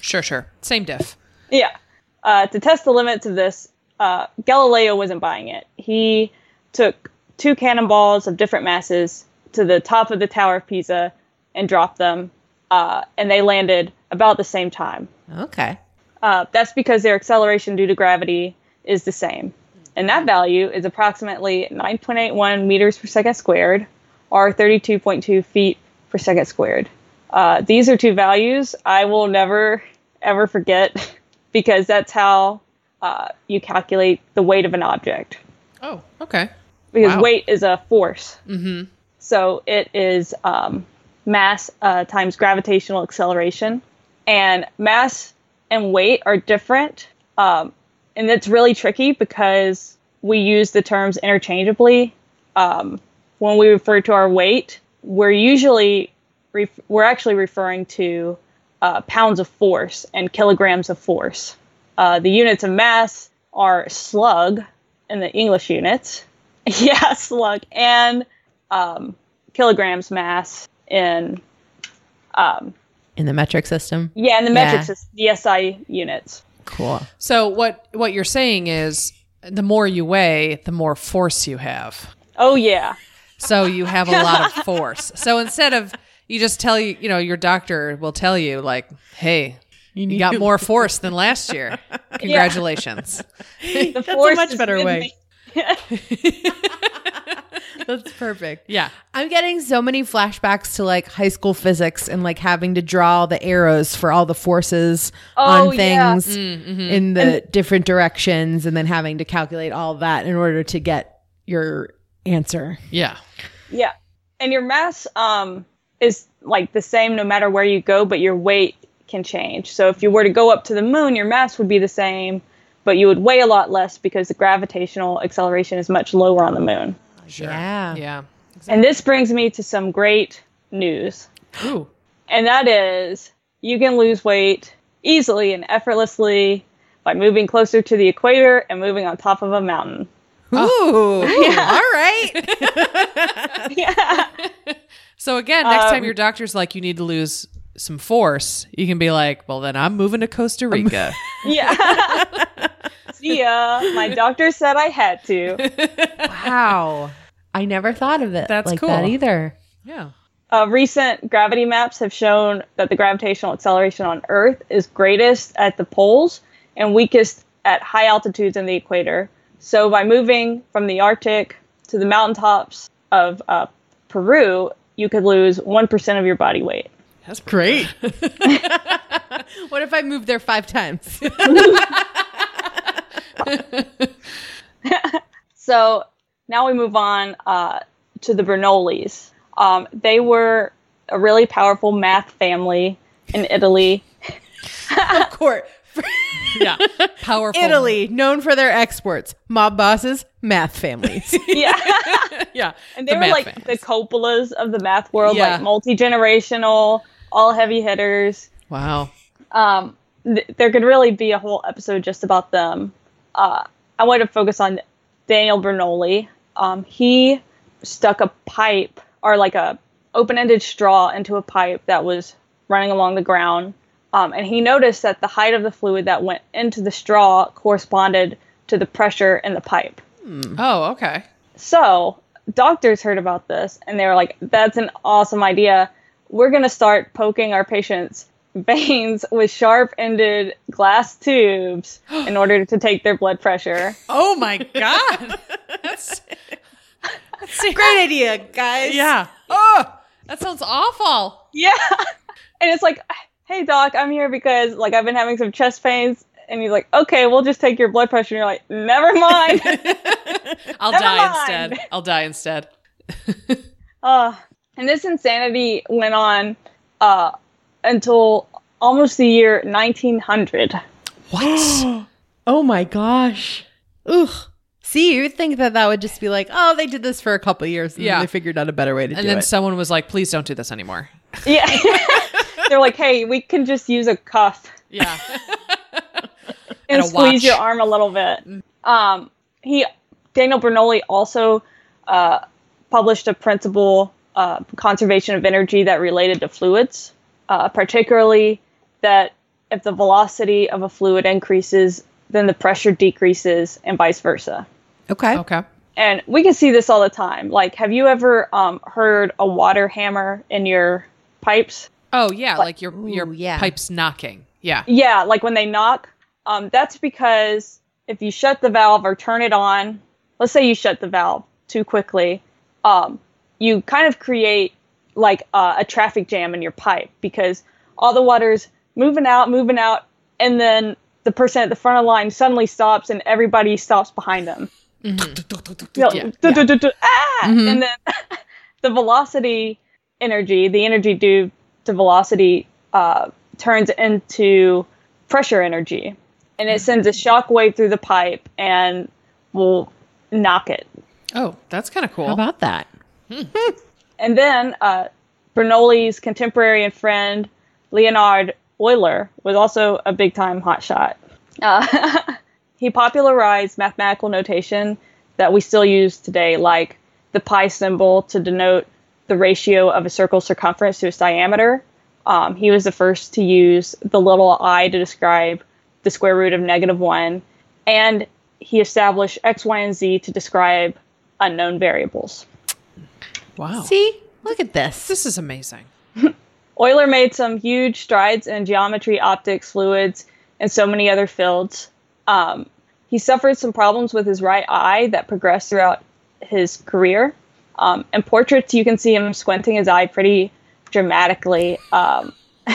S2: Sure, sure. Same diff.
S3: Yeah. Uh, to test the limits of this, uh, Galileo wasn't buying it. He took two cannonballs of different masses to the top of the Tower of Pisa and dropped them, uh, and they landed about the same time.
S1: Okay.
S3: Uh, that's because their acceleration due to gravity is the same. And that value is approximately 9.81 meters per second squared, or 32.2 feet per second squared. Uh, these are two values I will never, ever forget because that's how uh, you calculate the weight of an object.
S2: Oh, okay.
S3: Because
S2: Wow.
S3: weight is a force. Mm-hmm. So it is um, mass uh, times gravitational acceleration. And mass and weight are different. Um, and it's really tricky because we use the terms interchangeably. Um, when we refer to our weight, we're usually ref- we're actually referring to uh, pounds of force and kilograms of force. Uh, the units of mass are slug in the English units, yeah, slug, and um, kilograms mass in um,
S1: In the metric system.
S3: yeah, in the metric
S1: Yeah.
S3: system, the SI units.
S1: Cool.
S2: So what what you're saying is the more you weigh, the more force you have.
S3: Oh yeah.
S2: So you have a lot of force. So instead of you just tell you, you know, your doctor will tell you like, "Hey, you,
S1: need
S2: got
S1: to-
S2: more force than last year. Congratulations."
S3: The
S1: That's a
S3: force
S1: much
S3: is
S1: better
S3: with
S1: way.
S3: me.
S1: That's perfect.
S2: Yeah.
S1: I'm getting so many flashbacks to like high school physics and like having to draw the arrows for all the forces
S3: Oh,
S1: on
S3: yeah.
S1: things in the different directions and then having to calculate all that in order to get your answer.
S2: Yeah.
S3: Yeah. And your mass um, is like the same no matter where you go, but your weight can change. So if you were to go up to the moon, your mass would be the same, but you would weigh a lot less because the gravitational acceleration is much lower on the moon.
S2: Sure.
S1: Yeah.
S2: Yeah.
S3: And this brings me to some great news.
S2: Ooh.
S3: And that is you can lose weight easily and effortlessly by moving closer to the equator and moving on top of a mountain.
S1: Ooh. All right.
S3: Yeah.
S2: So again, next time
S3: Um,
S2: your doctor's like, you need to lose some force, you can be like, well, then I'm moving to Costa Rica.
S3: Yeah. See ya. My doctor said I had to.
S1: wow. I never thought of it
S2: That's
S1: like
S2: cool.
S1: that either.
S2: yeah.
S3: Uh, recent gravity maps have shown that the gravitational acceleration on Earth is greatest at the poles and weakest at high altitudes in the equator. So, by moving from the Arctic to the mountaintops of uh, Peru, you could lose 1% of your body weight.
S2: That's pretty
S1: Great. what if I moved there five times?
S3: So, now we move on uh, to the Bernoullis. Um, they were a really powerful math family in Italy.
S1: Court.
S2: yeah. Powerful.
S1: Italy, known for their exports, mob bosses, math families.
S3: Yeah.
S2: Yeah.
S3: And they
S2: The
S3: were
S2: math
S3: like
S2: fans.
S3: the Coppolas of the math world,
S2: Yeah.
S3: like multi generational, all heavy hitters.
S2: Wow.
S3: Um, th- there could really be a whole episode just about them. Uh, I want to focus on Daniel Bernoulli. Um, he stuck a pipe or like a open ended straw into a pipe that was running along the ground. Um, and he noticed that the height of the fluid that went into the straw corresponded to the pressure in the pipe.
S2: Oh, okay.
S3: So doctors heard about this and they were like, that's an awesome idea. We're going to start poking our patients' veins with sharp ended glass tubes in order to take their blood pressure.
S2: Oh my god. That's,
S1: Great idea, guys.
S2: yeah. Oh, that sounds awful.
S3: Yeah. And it's like, hey, doc, I'm here because like I've been having some chest pains. And he's like, okay, we'll just take your blood pressure. And you're like, never mind.
S2: I'll
S3: Never
S2: die
S3: mind.
S2: instead. I'll die instead.
S3: uh, and this insanity went on uh, until almost the year 1900.
S2: What?
S1: Oh my gosh. Ugh. See, you'd think that that would just be like, oh, they did this for a couple years and
S2: Yeah.
S1: then they figured out a better way to
S2: and
S1: do
S2: then
S1: it.
S2: someone was like, "Please don't do this anymore."
S3: Yeah. They're like, hey, we can just use a cuff
S2: Yeah.
S3: and
S2: And a watch.
S3: squeeze your arm a little bit. Um, he, Daniel Bernoulli also uh, published a principle, uh, conservation of energy, that related to fluids, uh, particularly that if the velocity of a fluid increases, then the pressure decreases, and vice versa.
S1: okay.
S2: okay.
S3: and we can see this all the time. Like, have you ever um, heard a water hammer in your pipes?
S2: Oh yeah, like your your
S1: Ooh, yeah.
S2: pipes knocking. Yeah.
S3: Yeah, like when they knock. Um, that's because if you shut the valve or turn it on, let's say you shut the valve too quickly, um, you kind of create like uh, a traffic jam in your pipe because all the water's moving out, moving out, and then the person at the front of the line suddenly stops and everybody stops behind them. You know,
S2: Mm-hmm. Yeah, Mm-hmm.
S3: duh, duh, duh, duh, ah! And then the velocity energy, the energy due to velocity, uh, turns into pressure energy. And it sends a shock wave through the pipe and will knock it.
S2: Oh, that's kind of cool.
S1: How about that?
S3: And then uh, Bernoulli's contemporary and friend, Leonard Euler, was also a big time hotshot. Uh, he popularized mathematical notation that we still use today, like the pi symbol to denote the ratio of a circle's circumference to its diameter. Um, he was the first to use the little i to describe the square root of negative 1, and he established x, y, and z to describe unknown variables.
S2: wow.
S1: See? Look at this.
S2: This is amazing.
S3: Euler made some huge strides in geometry, optics, fluids, and so many other fields. Um, he suffered some problems with his right eye that progressed throughout his career. Um, in portraits, you can see him squinting his eye pretty dramatically. Um,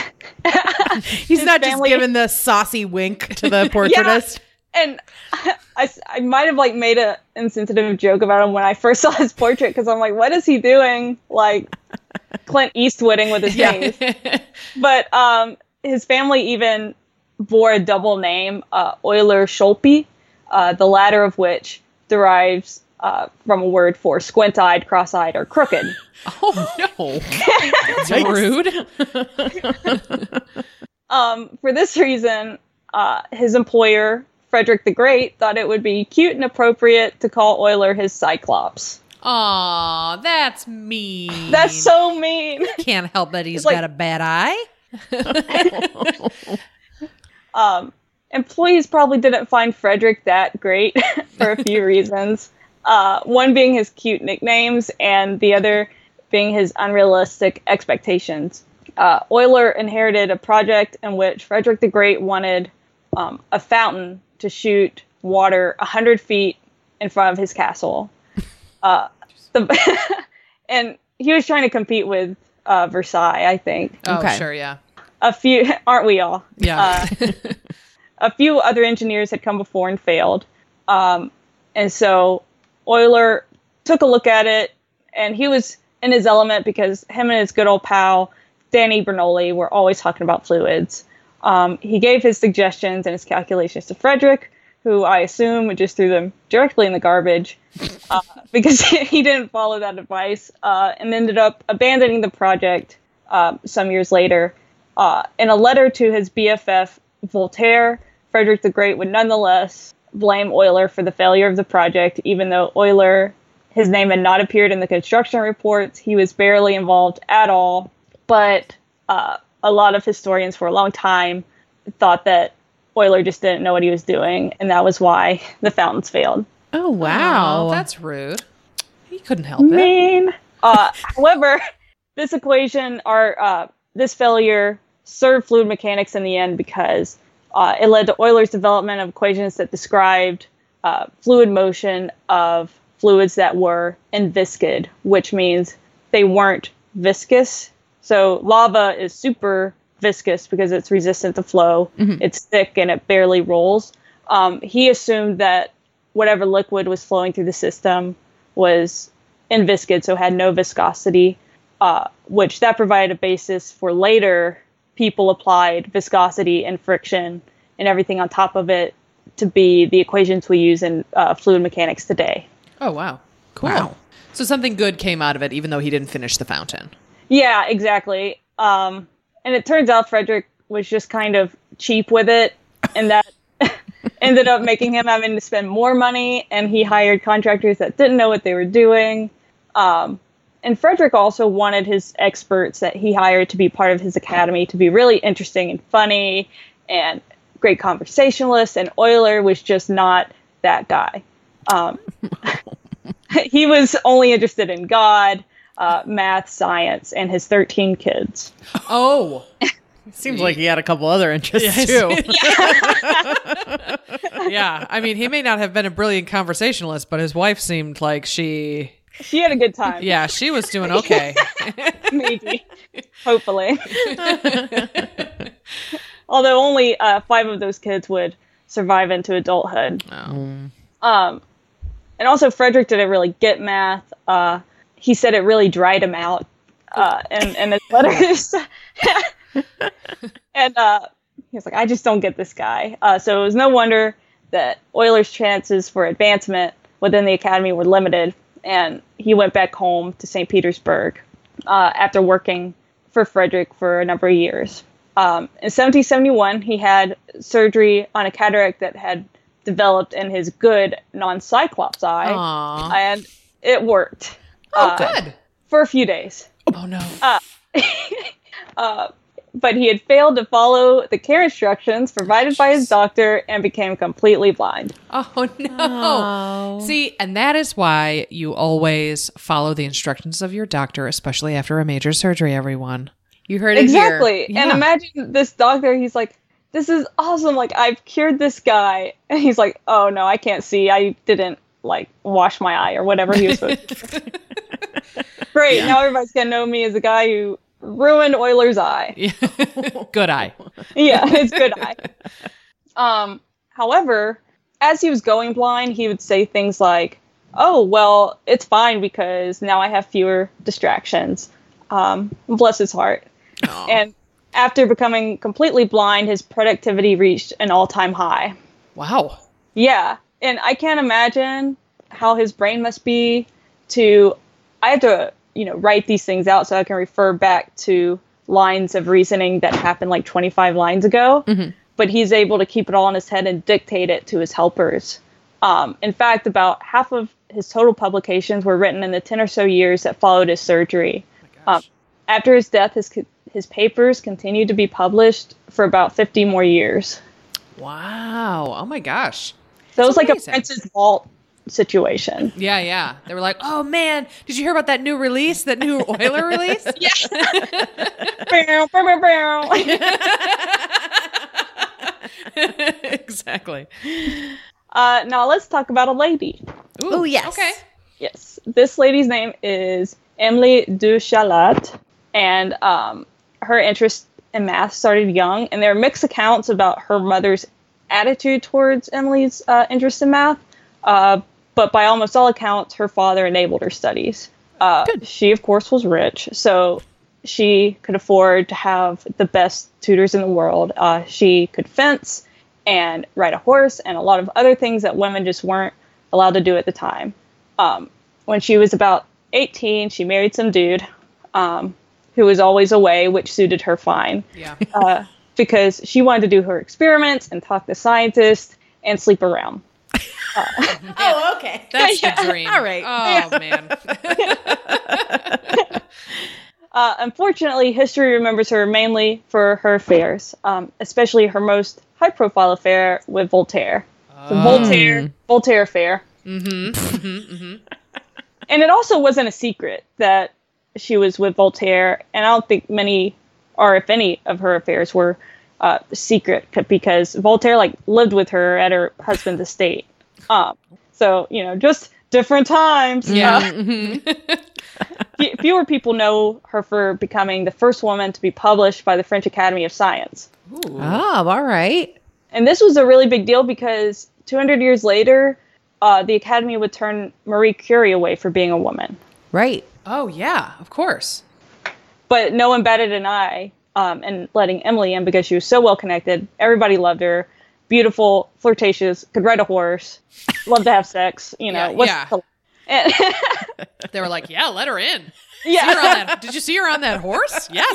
S1: He's not just
S3: family-
S1: giving the saucy wink to the portraitist.
S3: and I, s- I might have like made a insensitive joke about him when I first saw his portrait because I'm like, what is he doing? Like Clint Eastwooding with his face. but um, his family even bore a double name, uh, Euler Scholpe, uh, the latter of which derives uh, from a word for squint eyed, cross eyed, or crooked.
S2: oh no. That's rude.
S3: Um, for this reason, uh, his employer, Frederick the Great, thought it would be cute and appropriate to call Euler his Cyclops.
S2: Aw, that's mean.
S3: That's so mean.
S2: Can't help that he's
S3: like-
S2: got a bad eye.
S3: Um, employees probably didn't find Frederick that great for a few reasons. Uh, one being his cute nicknames, and the other being his unrealistic expectations. Uh, Euler inherited a project in which Frederick the Great wanted um, a fountain to shoot water 100 feet in front of his castle. Uh, the, and he was trying to compete with uh, Versailles, I think.
S2: Oh,
S1: Okay.
S2: sure, yeah.
S3: A few, aren't we all?
S2: Yeah.
S3: a few other engineers had come before and failed. Um, and so Euler took a look at it, and he was in his element because him and his good old pal, Danny Bernoulli, were always talking about fluids. Um, he gave his suggestions and his calculations to Frederick, who I assume just threw them directly in the garbage uh, because he didn't follow that advice uh, and ended up abandoning the project uh, some years later. Uh, in a letter to his BFF Voltaire, Frederick the Great would nonetheless blame Euler for the failure of the project, even though Euler His name had not appeared in the construction reports. He was barely involved at all. But uh, a lot of historians for a long time thought that Euler just didn't know what he was doing, and that was why the fountains failed.
S1: Oh
S2: Oh,
S1: wow.
S2: that's rude. He couldn't help it.
S3: mean. Uh, however, this equation or uh, this failure served fluid mechanics in the end because uh, it led to Euler's development of equations that described uh, fluid motion of fluids that were inviscid, which means they weren't viscous. So lava is super viscous because it's resistant to flow, it's thick, and it barely rolls. Um, he assumed that whatever liquid was flowing through the system was inviscid, so had no viscosity, uh, which that provided a basis for later people applied viscosity and friction and everything on top of it to be the equations we use in uh, fluid mechanics today.
S2: Oh wow, cool.
S1: Wow.
S2: So something good came out of it, even though he didn't finish the fountain.
S3: Yeah, exactly. Um, and it turns out Frederick was just kind of cheap with it, and that ended up making him having to spend more money. And he hired contractors that didn't know what they were doing. Um, and Frederick also wanted his experts that he hired to be part of his academy to be really interesting and funny and great conversationalists. And Euler was just not that guy. Um, he was only interested in God, uh, math, science, and his 13 kids.
S2: Oh,
S1: Seems like he had a couple other interests too.
S2: yeah. I mean, he may not have been a brilliant conversationalist, but his wife seemed like she.
S3: She had a good time.
S2: Yeah, she was doing okay.
S3: Maybe. Hopefully. Although only uh, five of those kids would survive into adulthood. Um, and also, Frederick didn't really get math. Uh, he said it really dried him out uh, in, in his letters. and uh, he was like, I just don't get this guy. Uh, so it was no wonder that Euler's chances for advancement within the academy were limited. And he went back home to St. Petersburg uh, after working for Frederick for a number of years. Um, in 1771, he had surgery on a cataract that had developed in his good non cyclops eye,
S2: Aw.
S3: and it worked uh,
S2: Oh, good.
S3: for a few days.
S2: Oh no.
S3: But he had failed to follow the care instructions provided by his doctor and became completely blind.
S2: Oh no. See, and that is why you always follow the instructions of your doctor, especially after a major surgery, everyone.
S1: You heard it
S3: Exactly. And
S2: Yeah.
S3: imagine this doctor, he's like, This is awesome. Like, I've cured this guy. And he's like, Oh no, I can't see. I didn't like wash my eye or whatever he was supposed to do. Great. Now everybody's going to know me as the guy who ruined Euler's eye.
S2: good eye.
S3: yeah, it's good eye. Um, however, as he was going blind, he would say things like, "Oh, well, it's fine because now I have fewer distractions." Um, bless his heart. And after becoming completely blind, his productivity reached an all-time high.
S2: Wow.
S3: Yeah, and I can't imagine how his brain must be to. I have to, you know, write these things out so I can refer back to lines of reasoning that happened like 25 lines ago.
S2: Mm-hmm.
S3: But he's able to keep it all in his head and dictate it to his helpers. Um, in fact, about half of his total publications were written in the 10 or so years that followed his surgery. Um, after his death, his, co- his papers continued to be published for about 50 more years.
S2: Wow. Oh my gosh.
S3: So it was like a
S2: amazing.
S3: Prince's Vault situation.
S2: Yeah, yeah. They were like, "Oh man, did you hear about that new release? That new Euler release?" yeah.
S3: Bow, bow, bow, bow.
S2: exactly.
S3: uh, now let's talk about a lady.
S2: Ooh,
S1: Oh yes.
S2: Okay.
S3: Yes, this lady's name is Emily de Chalat, and um, her interest in math started young. And there are mixed accounts about her mother's attitude towards Emily's uh, interest in math, uh, but by almost all accounts, her father enabled her studies. Uh, she, of course, was rich, so she could afford to have the best tutors in the world. Uh, she could fence and ride a horse and a lot of other things that women just weren't allowed to do at the time um, when she was about 18, she married some dude um, who was always away, which suited her fine
S2: Yeah.
S3: uh, because she wanted to do her experiments and talk to scientists and sleep around.
S1: Oh, okay.
S2: That's
S3: Yeah.
S2: the dream.
S1: All right.
S2: Oh man.
S3: Uh, unfortunately, history remembers her mainly for her affairs, um, especially her most high-profile affair with Voltaire. The Voltaire, Voltaire affair. And it also wasn't a secret that she was with Voltaire, and I don't think many, or if any, of her affairs were uh, secret c- because Voltaire like lived with her at her husband's estate. Um, so you know, just different times.
S2: Yeah.
S3: Uh, fe- fewer people know her for becoming the first woman to be published by the French Academy of Science.
S1: Oh, all right.
S3: And this was a really big deal because 200 years later, uh, the Academy would turn Marie Curie away for being a woman.
S1: Right.
S2: Oh yeah, of course.
S3: But no one batted an eye um, in letting Emily in because she was so well connected. Everybody loved her. Beautiful, flirtatious, could ride a horse, loved to have sex, you know.
S2: Yeah,
S3: what's
S2: yeah.
S3: the- And-
S2: They were like, "Yeah, let her in." See her
S3: yeah.
S2: on that- did you see her on that horse? Yes.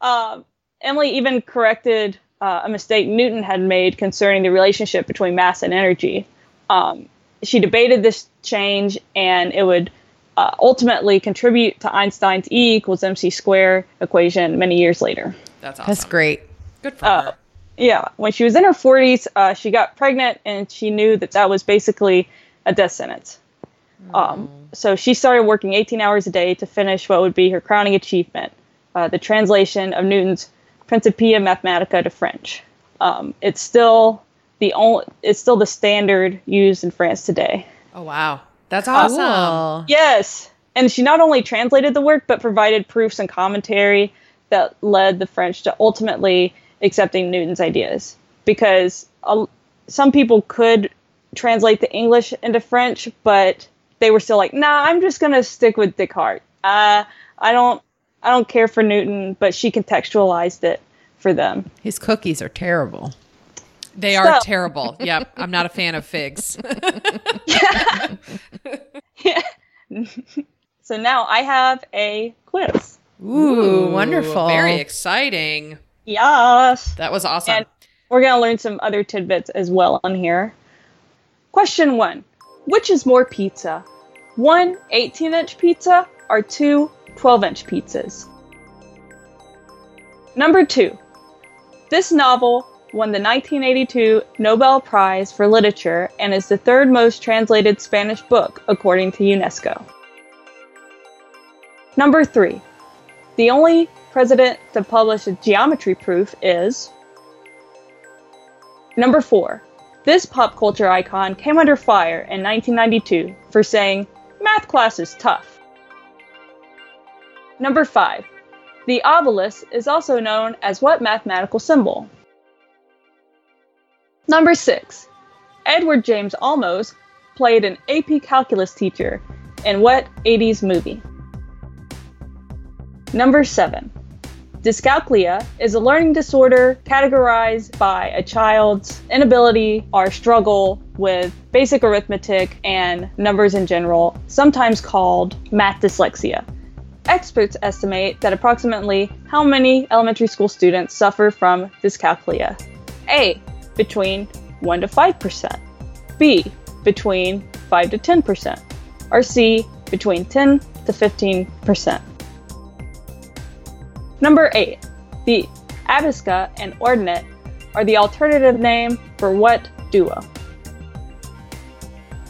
S3: Um, Emily even corrected uh, a mistake Newton had made concerning the relationship between mass and energy. Um, she debated this change, and it would uh, ultimately contribute to Einstein's E equals mc squared equation many years later.
S2: That's awesome.
S1: That's great.
S2: Good for her.
S3: Yeah, when she was in her 40s, uh, she got pregnant, and she knew that that was basically a death sentence. Um, so she started working 18 hours a day to finish what would be her crowning achievement uh, the translation of Newton's Principia Mathematica to French. Um, it's still the only, it's still the standard used in France today.
S2: Oh wow. That's awesome.
S1: Cool.
S3: Yes. And she not only translated the work, but provided proofs and commentary that led the French to ultimately accepting Newton's ideas. Because uh, some people could translate the English into French, but they were still like, nah, I'm just going to stick with Descartes. Uh, I don't. I don't care for Newton, but she contextualized it for them.
S1: His cookies are terrible.
S2: They are
S3: So-
S2: terrible. Yep. I'm not a fan of figs.
S3: So now I have a quiz.
S1: Ooh, wonderful.
S2: Very exciting.
S3: Yes.
S2: That was awesome.
S3: And we're going to learn some other tidbits as well on here. Question one Which is more pizza? One 18 inch pizza or two 12 inch pizzas? Number two. This novel won the 1982 Nobel Prize for Literature and is the third most translated Spanish book, according to UNESCO. Number three. The only president to publish a geometry proof is. Number four. This pop culture icon came under fire in 1992 for saying, math class is tough. Number five. The obelisk is also known as what mathematical symbol? Number six. Edward James Olmos played an AP calculus teacher in what 80s movie? Number seven. Dyscalculia is a learning disorder categorized by a child's inability or struggle with basic arithmetic and numbers in general, sometimes called math dyslexia. Experts estimate that approximately how many elementary school students suffer from dyscalculia? A. Between 1 to 5%. B. Between 5 to 10%. Or C. Between 10 to 15%. Number eight, the Abiska and Ordinate are the alternative name for what duo?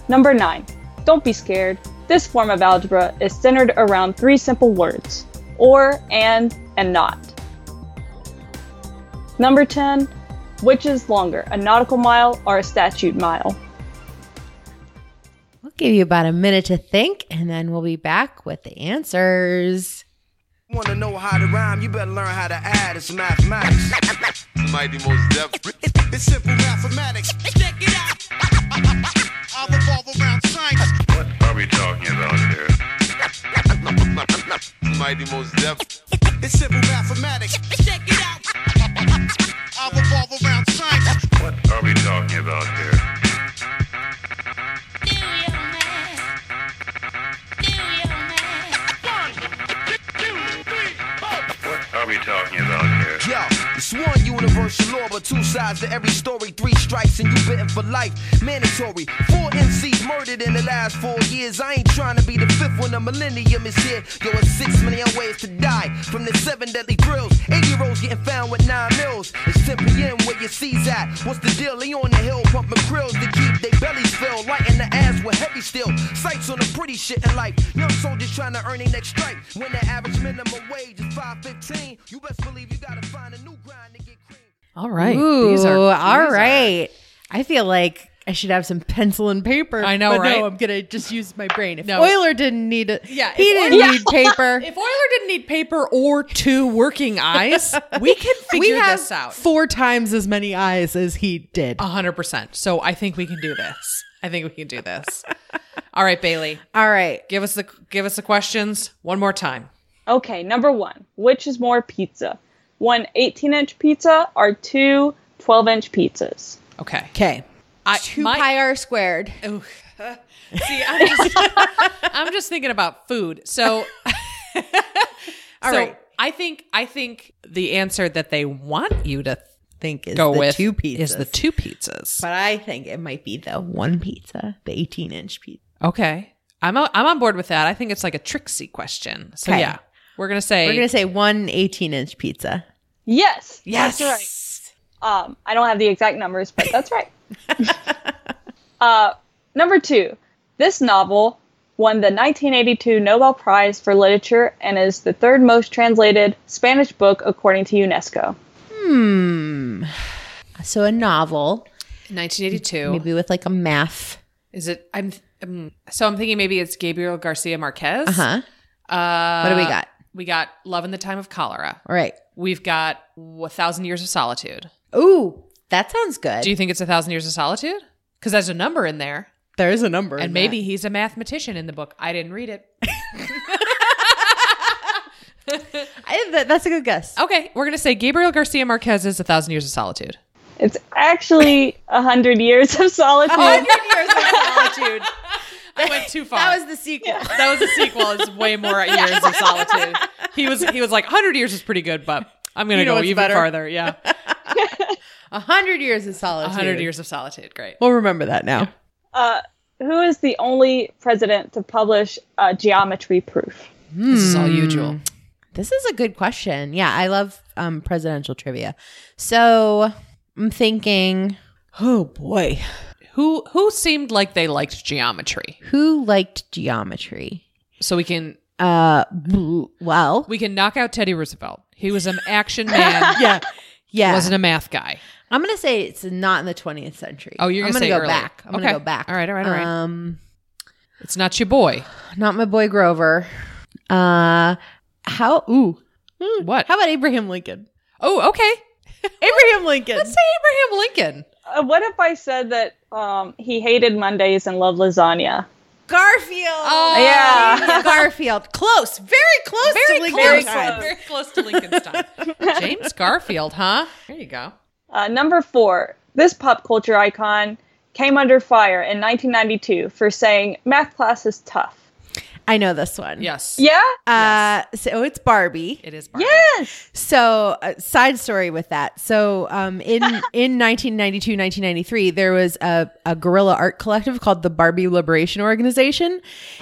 S3: Number nine, don't be scared. This form of algebra is centered around three simple words or, and, and not. Number 10, which is longer, a nautical mile or a statute mile?
S1: We'll give you about a minute to think, and then we'll be back with the answers.
S4: Wanna know how to rhyme? You better learn how to add. It's mathematics.
S5: Mighty most def.
S6: It's simple mathematics. Check it out. I revolve around science.
S5: What are we talking about here? Mighty most def.
S6: It's simple mathematics. Check it out. I revolve around science.
S5: What are we talking about here? What are we talking about here?
S6: Yo, It's one universal law, but two sides to every story. Three strikes and you bitten for life. Mandatory. Four MCs murdered in the last four years. I ain't trying to be the fifth when the millennium is here. Yo, it's six million ways to die from the seven deadly thrills. Eight year olds getting found with nine mils. It's 10 p.m. where your C's at. What's the deal? They on the hill pumping krills to keep their bellies filled. Lighting the ass with heavy steel. Sights on the pretty shit in life. Young soldiers trying to earn their next stripe. When the average minimum wage is 515, you best believe you gotta find a new grind to get cream.
S2: All right.
S1: Ooh,
S2: These are-
S1: all
S2: these are-
S1: right. I feel like I should have some pencil and paper.
S2: I know,
S1: but
S2: right?
S1: No, I'm gonna just use my brain. If
S2: No.
S1: Euler didn't need it,
S2: Yeah,
S1: he
S2: if
S1: didn't
S2: Euler-
S1: need paper.
S2: If Euler didn't need paper or two working eyes, we can
S1: we
S2: figure
S1: have
S2: this out. Oh,
S1: four times as many eyes as he did.
S2: A hundred percent. So I think we can do this. I think we can do this. All right, Bailey,
S1: All right.
S2: give us the give us the questions one more time.
S3: Okay, number one. Which is more pizza? One 18 inch pizza or two 12 inch pizzas?
S2: Okay.
S1: Okay.
S2: I,
S1: Two
S2: my-
S1: pi r squared.
S2: Ooh. See, I'm just, I'm just thinking about food. So, all right.
S1: right.
S2: I think I think the answer that they want you to
S1: Think is
S2: go
S1: the
S2: with
S1: two pizzas.
S2: is the two pizzas.
S1: But I think it might be the one pizza, the 18 inch pizza.
S2: Okay, I'm o- I'm on board with that. I think it's like a Trixie question. So
S1: Okay.
S2: yeah, we're gonna say
S1: We're gonna say one 18 inch pizza.
S3: Yes.
S2: yes.
S3: Um, I don't have the exact numbers, but that's right. uh, number two. This novel won the 1982 Nobel Prize for Literature and is the third most translated Spanish book according to UNESCO.
S1: So a novel,
S2: 1982.
S1: maybe with like a math.
S2: Is it? I'm. um, so I'm thinking maybe it's Gabriel Garcia Marquez.
S1: Uh-huh.
S2: Uh,
S1: What do we got?
S2: We got Love in the Time of Cholera.
S1: All right.
S2: We've got A Thousand Years of Solitude.
S1: Ooh, that sounds good.
S2: Do you think it's A Thousand Years of Solitude? Because there's a number in there,
S1: there is a number.
S2: and maybe he's a mathematician in the book. I didn't read it.
S1: I, that, that's a good guess.
S2: Okay, we're gonna say Gabriel Garcia Marquez is A Thousand Years of Solitude.
S3: It's actually a hundred years of solitude.
S1: years of solitude.
S2: I went too far.
S1: That was the sequel.
S2: that was a sequel. It's way more years of solitude. He was he was like hundred years is pretty good, but I'm gonna
S1: You know
S2: go
S1: what's
S2: even
S1: better?
S2: farther. Yeah,
S1: A hundred years of solitude.
S2: hundred years of solitude. Great.
S1: We'll remember that now.
S3: Uh, who is the only president to publish a geometry proof?
S2: This is all you, Jewel.
S1: This is a good question. Yeah, I love um, presidential trivia. So I'm thinking, oh boy,
S2: Who who seemed like they liked geometry?
S1: who liked geometry?
S2: So we can
S1: Uh, bl- well,
S2: we can knock out Teddy Roosevelt. He was an action man.
S1: yeah, yeah.
S2: Wasn't a math guy.
S1: I'm gonna say it's not in the 20th century.
S2: Oh, you're
S1: I'm
S2: gonna say
S1: go
S2: early.
S1: back. I'm
S2: Okay.
S1: gonna go back.
S2: All right, all right, all right.
S1: Um,
S2: It's not your boy.
S1: not my boy Grover. Uh, how? Ooh, Hmm.
S2: What?
S1: How about Abraham Lincoln?
S2: Oh, okay.
S1: Abraham Lincoln.
S2: Let's say Abraham Lincoln.
S3: Uh, what if I said that um, he hated Mondays and loved lasagna?
S1: Garfield.
S2: Oh,
S3: yeah.
S1: Garfield. Close. Very close. to Lincoln.
S3: close.
S1: Time.
S2: Very close to Lincoln's time. James Garfield, huh? There you go.
S3: Uh, number four. This pop culture icon came under fire in 1992 for saying math class is tough.
S1: I know this one.
S2: Yes.
S3: Yeah.
S1: Uh, so it's Barbie.
S2: It is. Barbie.
S3: Yes.
S1: So, uh, side story with that. So, um, in in 1992, 1993, there was a, a guerrilla art collective called the Barbie Liberation Organization,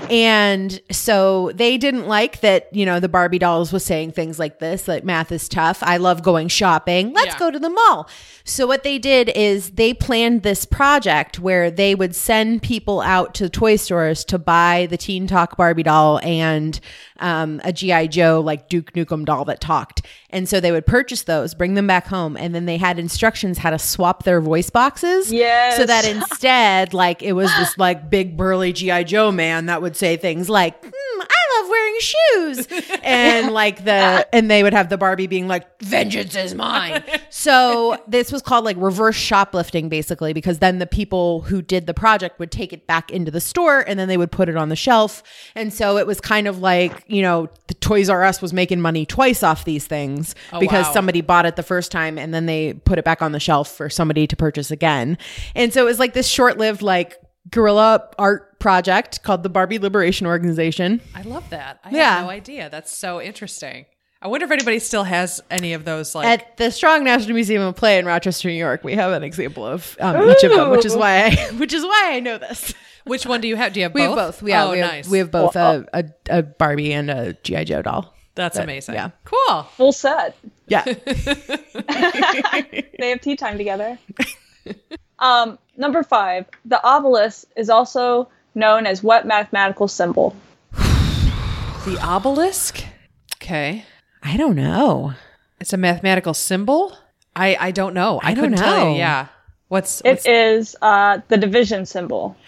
S1: and so they didn't like that. You know, the Barbie dolls was saying things like this, like math is tough. I love going shopping. Let's
S2: Yeah.
S1: go to the mall. So, what they did is they planned this project where they would send people out to toy stores to buy the Teen Talk Barbie doll and um, a G.I. Joe, like Duke Nukem doll that talked. And so they would purchase those, bring them back home, and then they had instructions how to swap their voice boxes.
S3: Yes.
S1: So that instead, like, it was this, like, big burly G.I. Joe man that would say things like, "Hmm, I love wearing shoes. And like the, and they would have the Barbie being like, vengeance is mine. So this was called like reverse shoplifting basically, because then the people who did the project would take it back into the store and then they would put it on the shelf. And so it was kind of like, you know, the Toys R Us was making money twice off these things because
S2: Oh, wow.
S1: somebody bought it the first time and then they put it back on the shelf for somebody to purchase again. And so it was like this short lived like, guerrilla art project called the Barbie Liberation Organization.
S2: I love that. I
S1: Yeah.
S2: had no idea. That's so interesting. I wonder if anybody still has any of those. Like,
S1: At the Strong National Museum of Play in Rochester, New York, we have an example of um, each of them, which is why I, which is why I know this.
S2: which one do you have? Do you have
S1: We
S2: both?
S1: have both. Yeah,
S2: oh,
S1: we, have,
S2: nice.
S1: we have both a, a, a Barbie and a GI Joe doll.
S2: That's amazing.
S1: yeah.
S2: Cool.
S3: Full set.
S1: Yeah,
S3: They have tea time together. um, number five, the obelisk is also known as what mathematical symbol?
S2: The obelisk. Okay.
S1: I don't know.
S2: It's a mathematical symbol. I I don't know. I,
S1: I don't
S2: couldn't tell
S1: know.
S2: you. Yeah. What's,
S3: It
S2: what's
S3: is uh, the division symbol.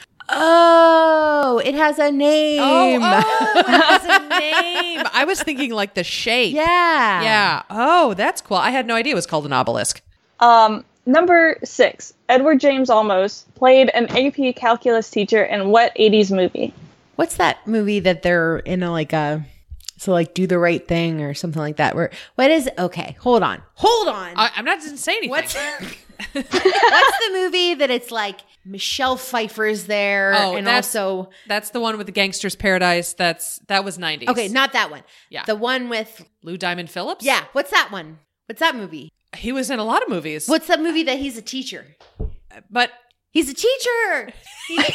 S1: Oh, it has a name.
S2: Oh, oh, it has a name. I was thinking like the shape.
S1: Yeah,
S2: Yeah. Oh, that's cool. I had no idea it was called an obelisk.
S3: Um, number six, Edward James Olmos played an AP calculus teacher in what 80s movie?
S1: What's that movie that they're in a like a so like do the right thing or something like that? Where what is okay? Hold on, hold on.
S2: I, I'm not didn't say anything.
S1: What's what's the movie that it's like Michelle Pfeiffer's there
S2: Oh,
S1: and
S2: that's-
S1: also
S2: That's the one with the Gangster's Paradise. That's that was 90s.
S1: okay, not that one.
S2: Yeah.
S1: the one with
S2: Lou Diamond Phillips.
S1: yeah. What's that one? What's that movie?
S2: he was in a lot of movies.
S1: What's that movie that he's a teacher?
S2: But
S1: He's a teacher. He- he's a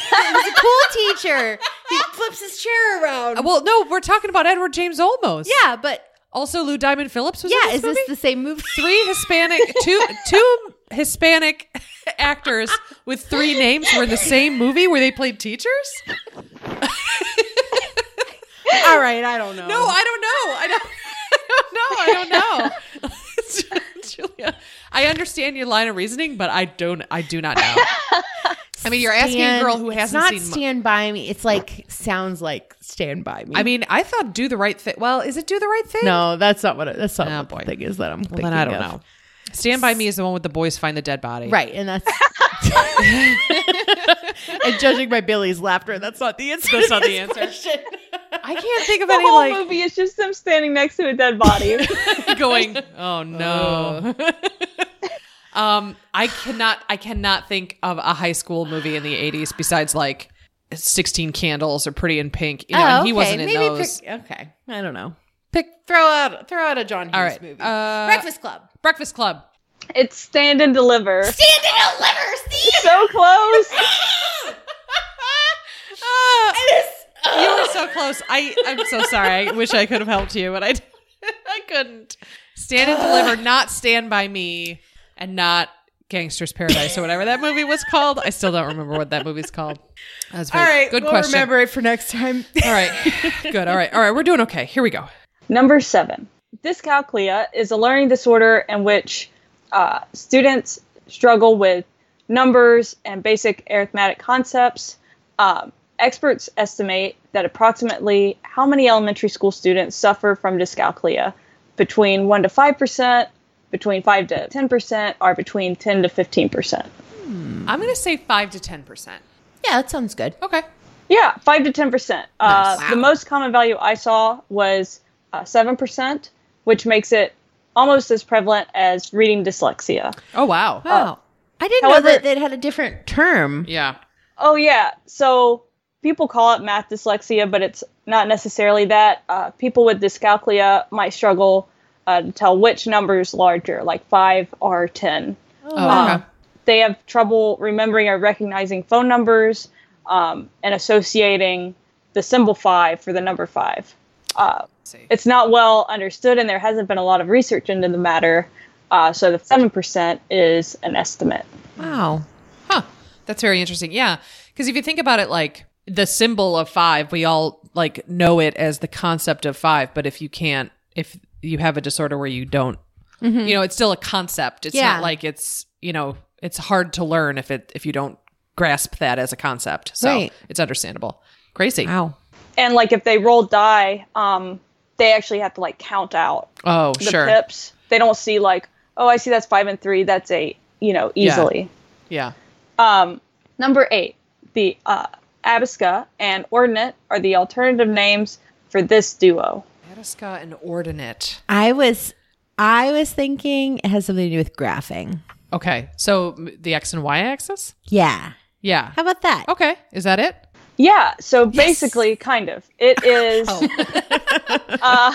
S1: cool teacher. He flips his chair around.
S2: Uh, well, no, we're talking about Edward James Olmos.
S1: yeah, but
S2: Also, Lou Diamond Phillips was. in
S1: yeah,
S2: this
S1: is this
S2: movie?
S1: the same movie?
S2: three Hispanic, two two Hispanic actors with three names were in the same movie where they played teachers?
S1: All right, I don't know.
S2: No, Oh, I don't know. I don't. I don't know. I don't know. Julia, I understand your line of reasoning, but I don't. I do not know. I mean, you're asking a girl who
S1: it's
S2: hasn't
S1: not
S2: seen. mu-
S1: Stand by Me. It's like sounds like Stand by Me.
S2: I mean, I thought "Do the Right Thing." Well, is it "Do the Right Thing"?
S1: no, that's not what it, that's not
S2: Oh,
S1: what
S2: boy.
S1: the thing is that I'm
S2: Well,
S1: thinking.
S2: then I don't
S1: of.
S2: know. Stand by Me is the one with the boys find the dead body.
S1: Right, and that's and judging by Billy's laughter, that's not the answer.
S2: That's not the answer. I can't think of any
S3: whole
S2: like
S3: movie is just them standing next to a dead body.
S2: going, oh no. um, I cannot, I cannot think of a high school movie in the '80s besides like Sixteen Candles or Pretty in Pink. You know,
S1: Oh,
S2: and he wasn't in those.
S1: Pick, okay, I don't know. Pick throw out throw out a John Hughes
S2: All right,
S1: movie.
S2: uh,
S1: Breakfast Club.
S2: Breakfast Club.
S3: it's stand and deliver.
S1: Stand and deliver, Steve.
S3: So close.
S2: Ah! you were so close. I, I'm so sorry. I wish I could have helped you, but I, I couldn't. Stand and deliver, not Stand by Me, and not Gangster's Paradise or whatever that movie was called. I still don't remember what that movie's called. That was very,
S1: All right,
S2: good
S1: we'll
S2: question.
S1: Remember it for next time.
S2: All right. Good. All right. All right. We're doing okay. Here we go.
S3: Number seven, dyscalculia is a learning disorder in which uh, students struggle with numbers and basic arithmetic concepts. Um, experts estimate that approximately how many elementary school students suffer from dyscalculia? Between 1 to 5%, between 5 to 10%, or between 10 to 15%.
S2: I'm going to say 5 to 10%.
S1: yeah, that sounds good.
S2: Okay.
S3: Yeah, five to ten percent. Uh,
S1: Nice.
S3: The most common value I saw was uh, seven percent, which makes it almost as prevalent as reading dyslexia.
S2: Oh, wow.
S1: Wow, I didn't
S3: However-
S1: know that it had a different term.
S2: Yeah.
S3: Oh yeah, so people call it math dyslexia, but it's not necessarily that. Uh, people with dyscalculia might struggle uh, to tell which number is larger, like five or ten.
S2: Oh, okay.
S3: They have trouble remembering or recognizing phone numbers um, and associating the symbol five for the number five. Uh,
S2: see.
S3: it's not well understood, and there hasn't been a lot of research into the matter. Uh, so the seven percent is an estimate.
S1: Wow.
S2: Huh. That's very interesting. Yeah. Because if you think about it, like the symbol of five, we all like know it as the concept of five. But if you can't, if you have a disorder where you don't, you know, it's still a concept. It's
S1: Mm-hmm. Yeah.
S2: not like it's, you know, it's hard to learn if it, if you don't grasp that as a concept. So
S1: Right.
S2: it's understandable. Crazy.
S1: Wow.
S3: And like if they roll die, um, they actually have to like count out
S2: Oh,
S3: the
S2: sure.
S3: pips. They don't see like, oh, I see that's five and three, that's eight. You know, easily.
S2: Yeah.
S3: Um, number eight, the uh, abisca and ordinate are the alternative names for this duo.
S2: Attica and ordinate.
S1: I was I was thinking it has something to do with graphing.
S2: Okay. So m- the X and Y axis?
S1: Yeah.
S2: Yeah.
S1: How about that?
S2: Okay. Is that it?
S1: Oh.
S3: Yeah, so basically, kind of. It is. uh,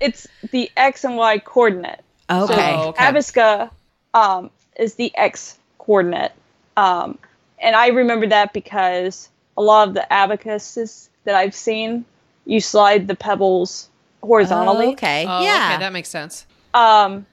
S3: it's the x and y coordinate.
S1: Okay.
S2: Oh, okay.
S3: Aviska um, is the x coordinate, um, and I remember that because a lot of the abacuses that I've seen, you slide the pebbles horizontally,
S1: Oh, okay.
S2: Oh,
S1: yeah.
S2: Okay, that makes sense.
S3: um,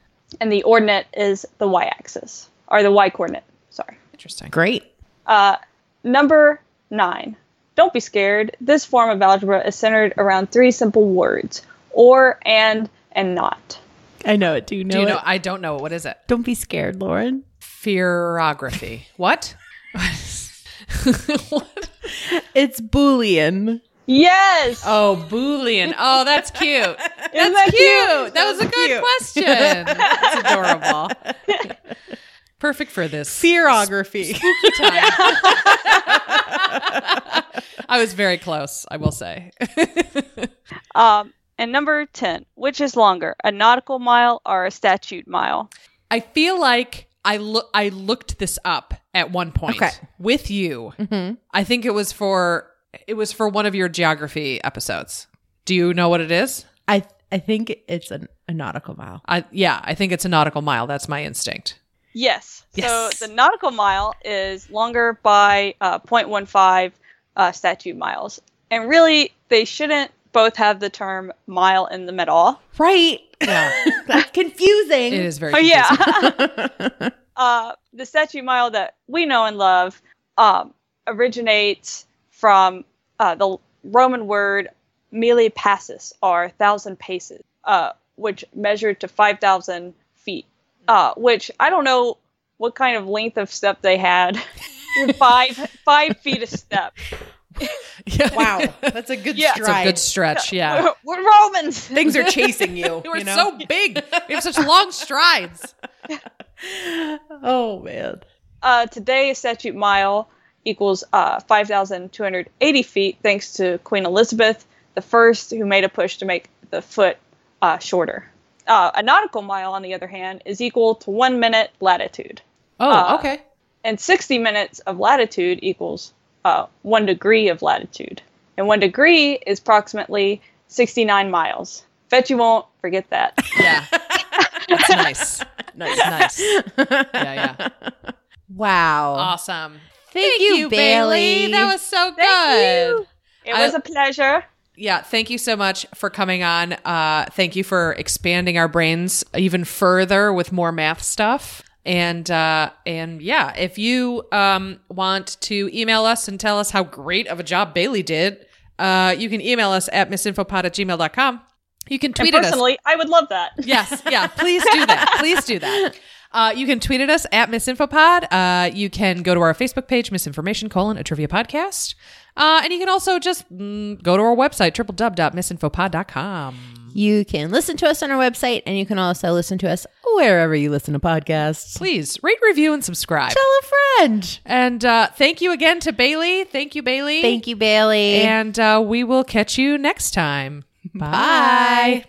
S3: and the ordinate is the y-axis or the y-coordinate. Sorry.
S2: Interesting.
S1: Great.
S3: Uh, number nine. Don't be scared. This form of algebra is centered around three simple words or, and, and not.
S7: I know it. Do you know,
S2: Do you know?
S7: it?
S2: I don't know. What is it?
S7: Don't be scared, Lauren.
S2: Fearography. what? What?
S7: It's Boolean.
S3: Yes!
S2: Oh, Boolean. Oh, that's cute.
S3: Isn't
S2: That's
S3: that
S2: cute. That was a good question. That's adorable. Perfect for this
S7: Fearography.
S2: time. I was very close, I will say.
S3: Um, and number 10. Which is longer, a nautical mile or a statute mile?
S2: I feel like I look I looked this up at one point
S1: Okay.
S2: with you. I think it was for it was for one of your geography episodes. Do you know what it is?
S7: I I think it's an, a nautical mile.
S2: I yeah, I think it's a nautical mile. That's my instinct.
S3: Yes.
S2: Yes.
S3: So the nautical mile is longer by uh, 0.15 uh, statute miles. And really, they shouldn't both have the term mile in them at all.
S1: Right.
S2: Yeah.
S1: That's confusing.
S2: it is very
S3: Oh,
S2: confusing.
S3: yeah. uh, the statute mile that we know and love um, originates from uh, the Roman word mille passus, or thousand paces, uh, which measured to 5,000 feet, uh, which I don't know what kind of length of step they had. five five feet a step.
S2: yeah.
S1: Wow. That's a good
S3: Yeah.
S2: It's
S3: It's a
S2: a
S1: stride.
S2: good stretch, yeah.
S3: We're, we're Romans.
S1: Things are chasing you.
S2: We're
S1: you know?
S2: so big. We have such long strides.
S7: Oh man.
S3: Uh, today, a statute mile equals uh, 5,280 feet, thanks to Queen Elizabeth I, who made a push to make the foot uh, shorter. Uh, a nautical mile, on the other hand, is equal to one minute latitude,
S2: Oh,
S3: Uh,
S2: okay.
S3: and 60 minutes of latitude equals uh, one degree of latitude. And one degree is approximately 69 miles. Bet you won't forget that.
S2: Yeah. That's nice. Nice. Nice. Yeah, yeah.
S1: wow.
S2: Awesome.
S1: Thank, you, Bailey.
S2: That was so good.
S3: Thank you. It
S2: I-
S3: was a pleasure.
S2: Yeah, thank you so much for coming on. Uh, thank you for expanding our brains even further with more math stuff. And uh, and yeah, if you um, want to email us and tell us how great of a job Bailey did, uh, you can email us at misinfopod at gmail.com. You can tweet
S3: and
S2: at us.
S3: personally, I would love that.
S2: Yes, yeah. Please do that. Please do that. Uh, you can tweet at us at misinfopod. Uh, you can go to our Facebook page, misinformation colon a trivia podcast, uh, and you can also just mm, go to our website www.misinfopod.com.
S1: You can listen to us on our website, and you can also listen to us wherever you listen to podcasts.
S2: Please rate, review, and subscribe.
S1: Tell a friend.
S2: And uh, thank you again to Bailey. Thank you, Bailey.
S1: Thank you, Bailey.
S2: And uh, we will catch you next time. Bye.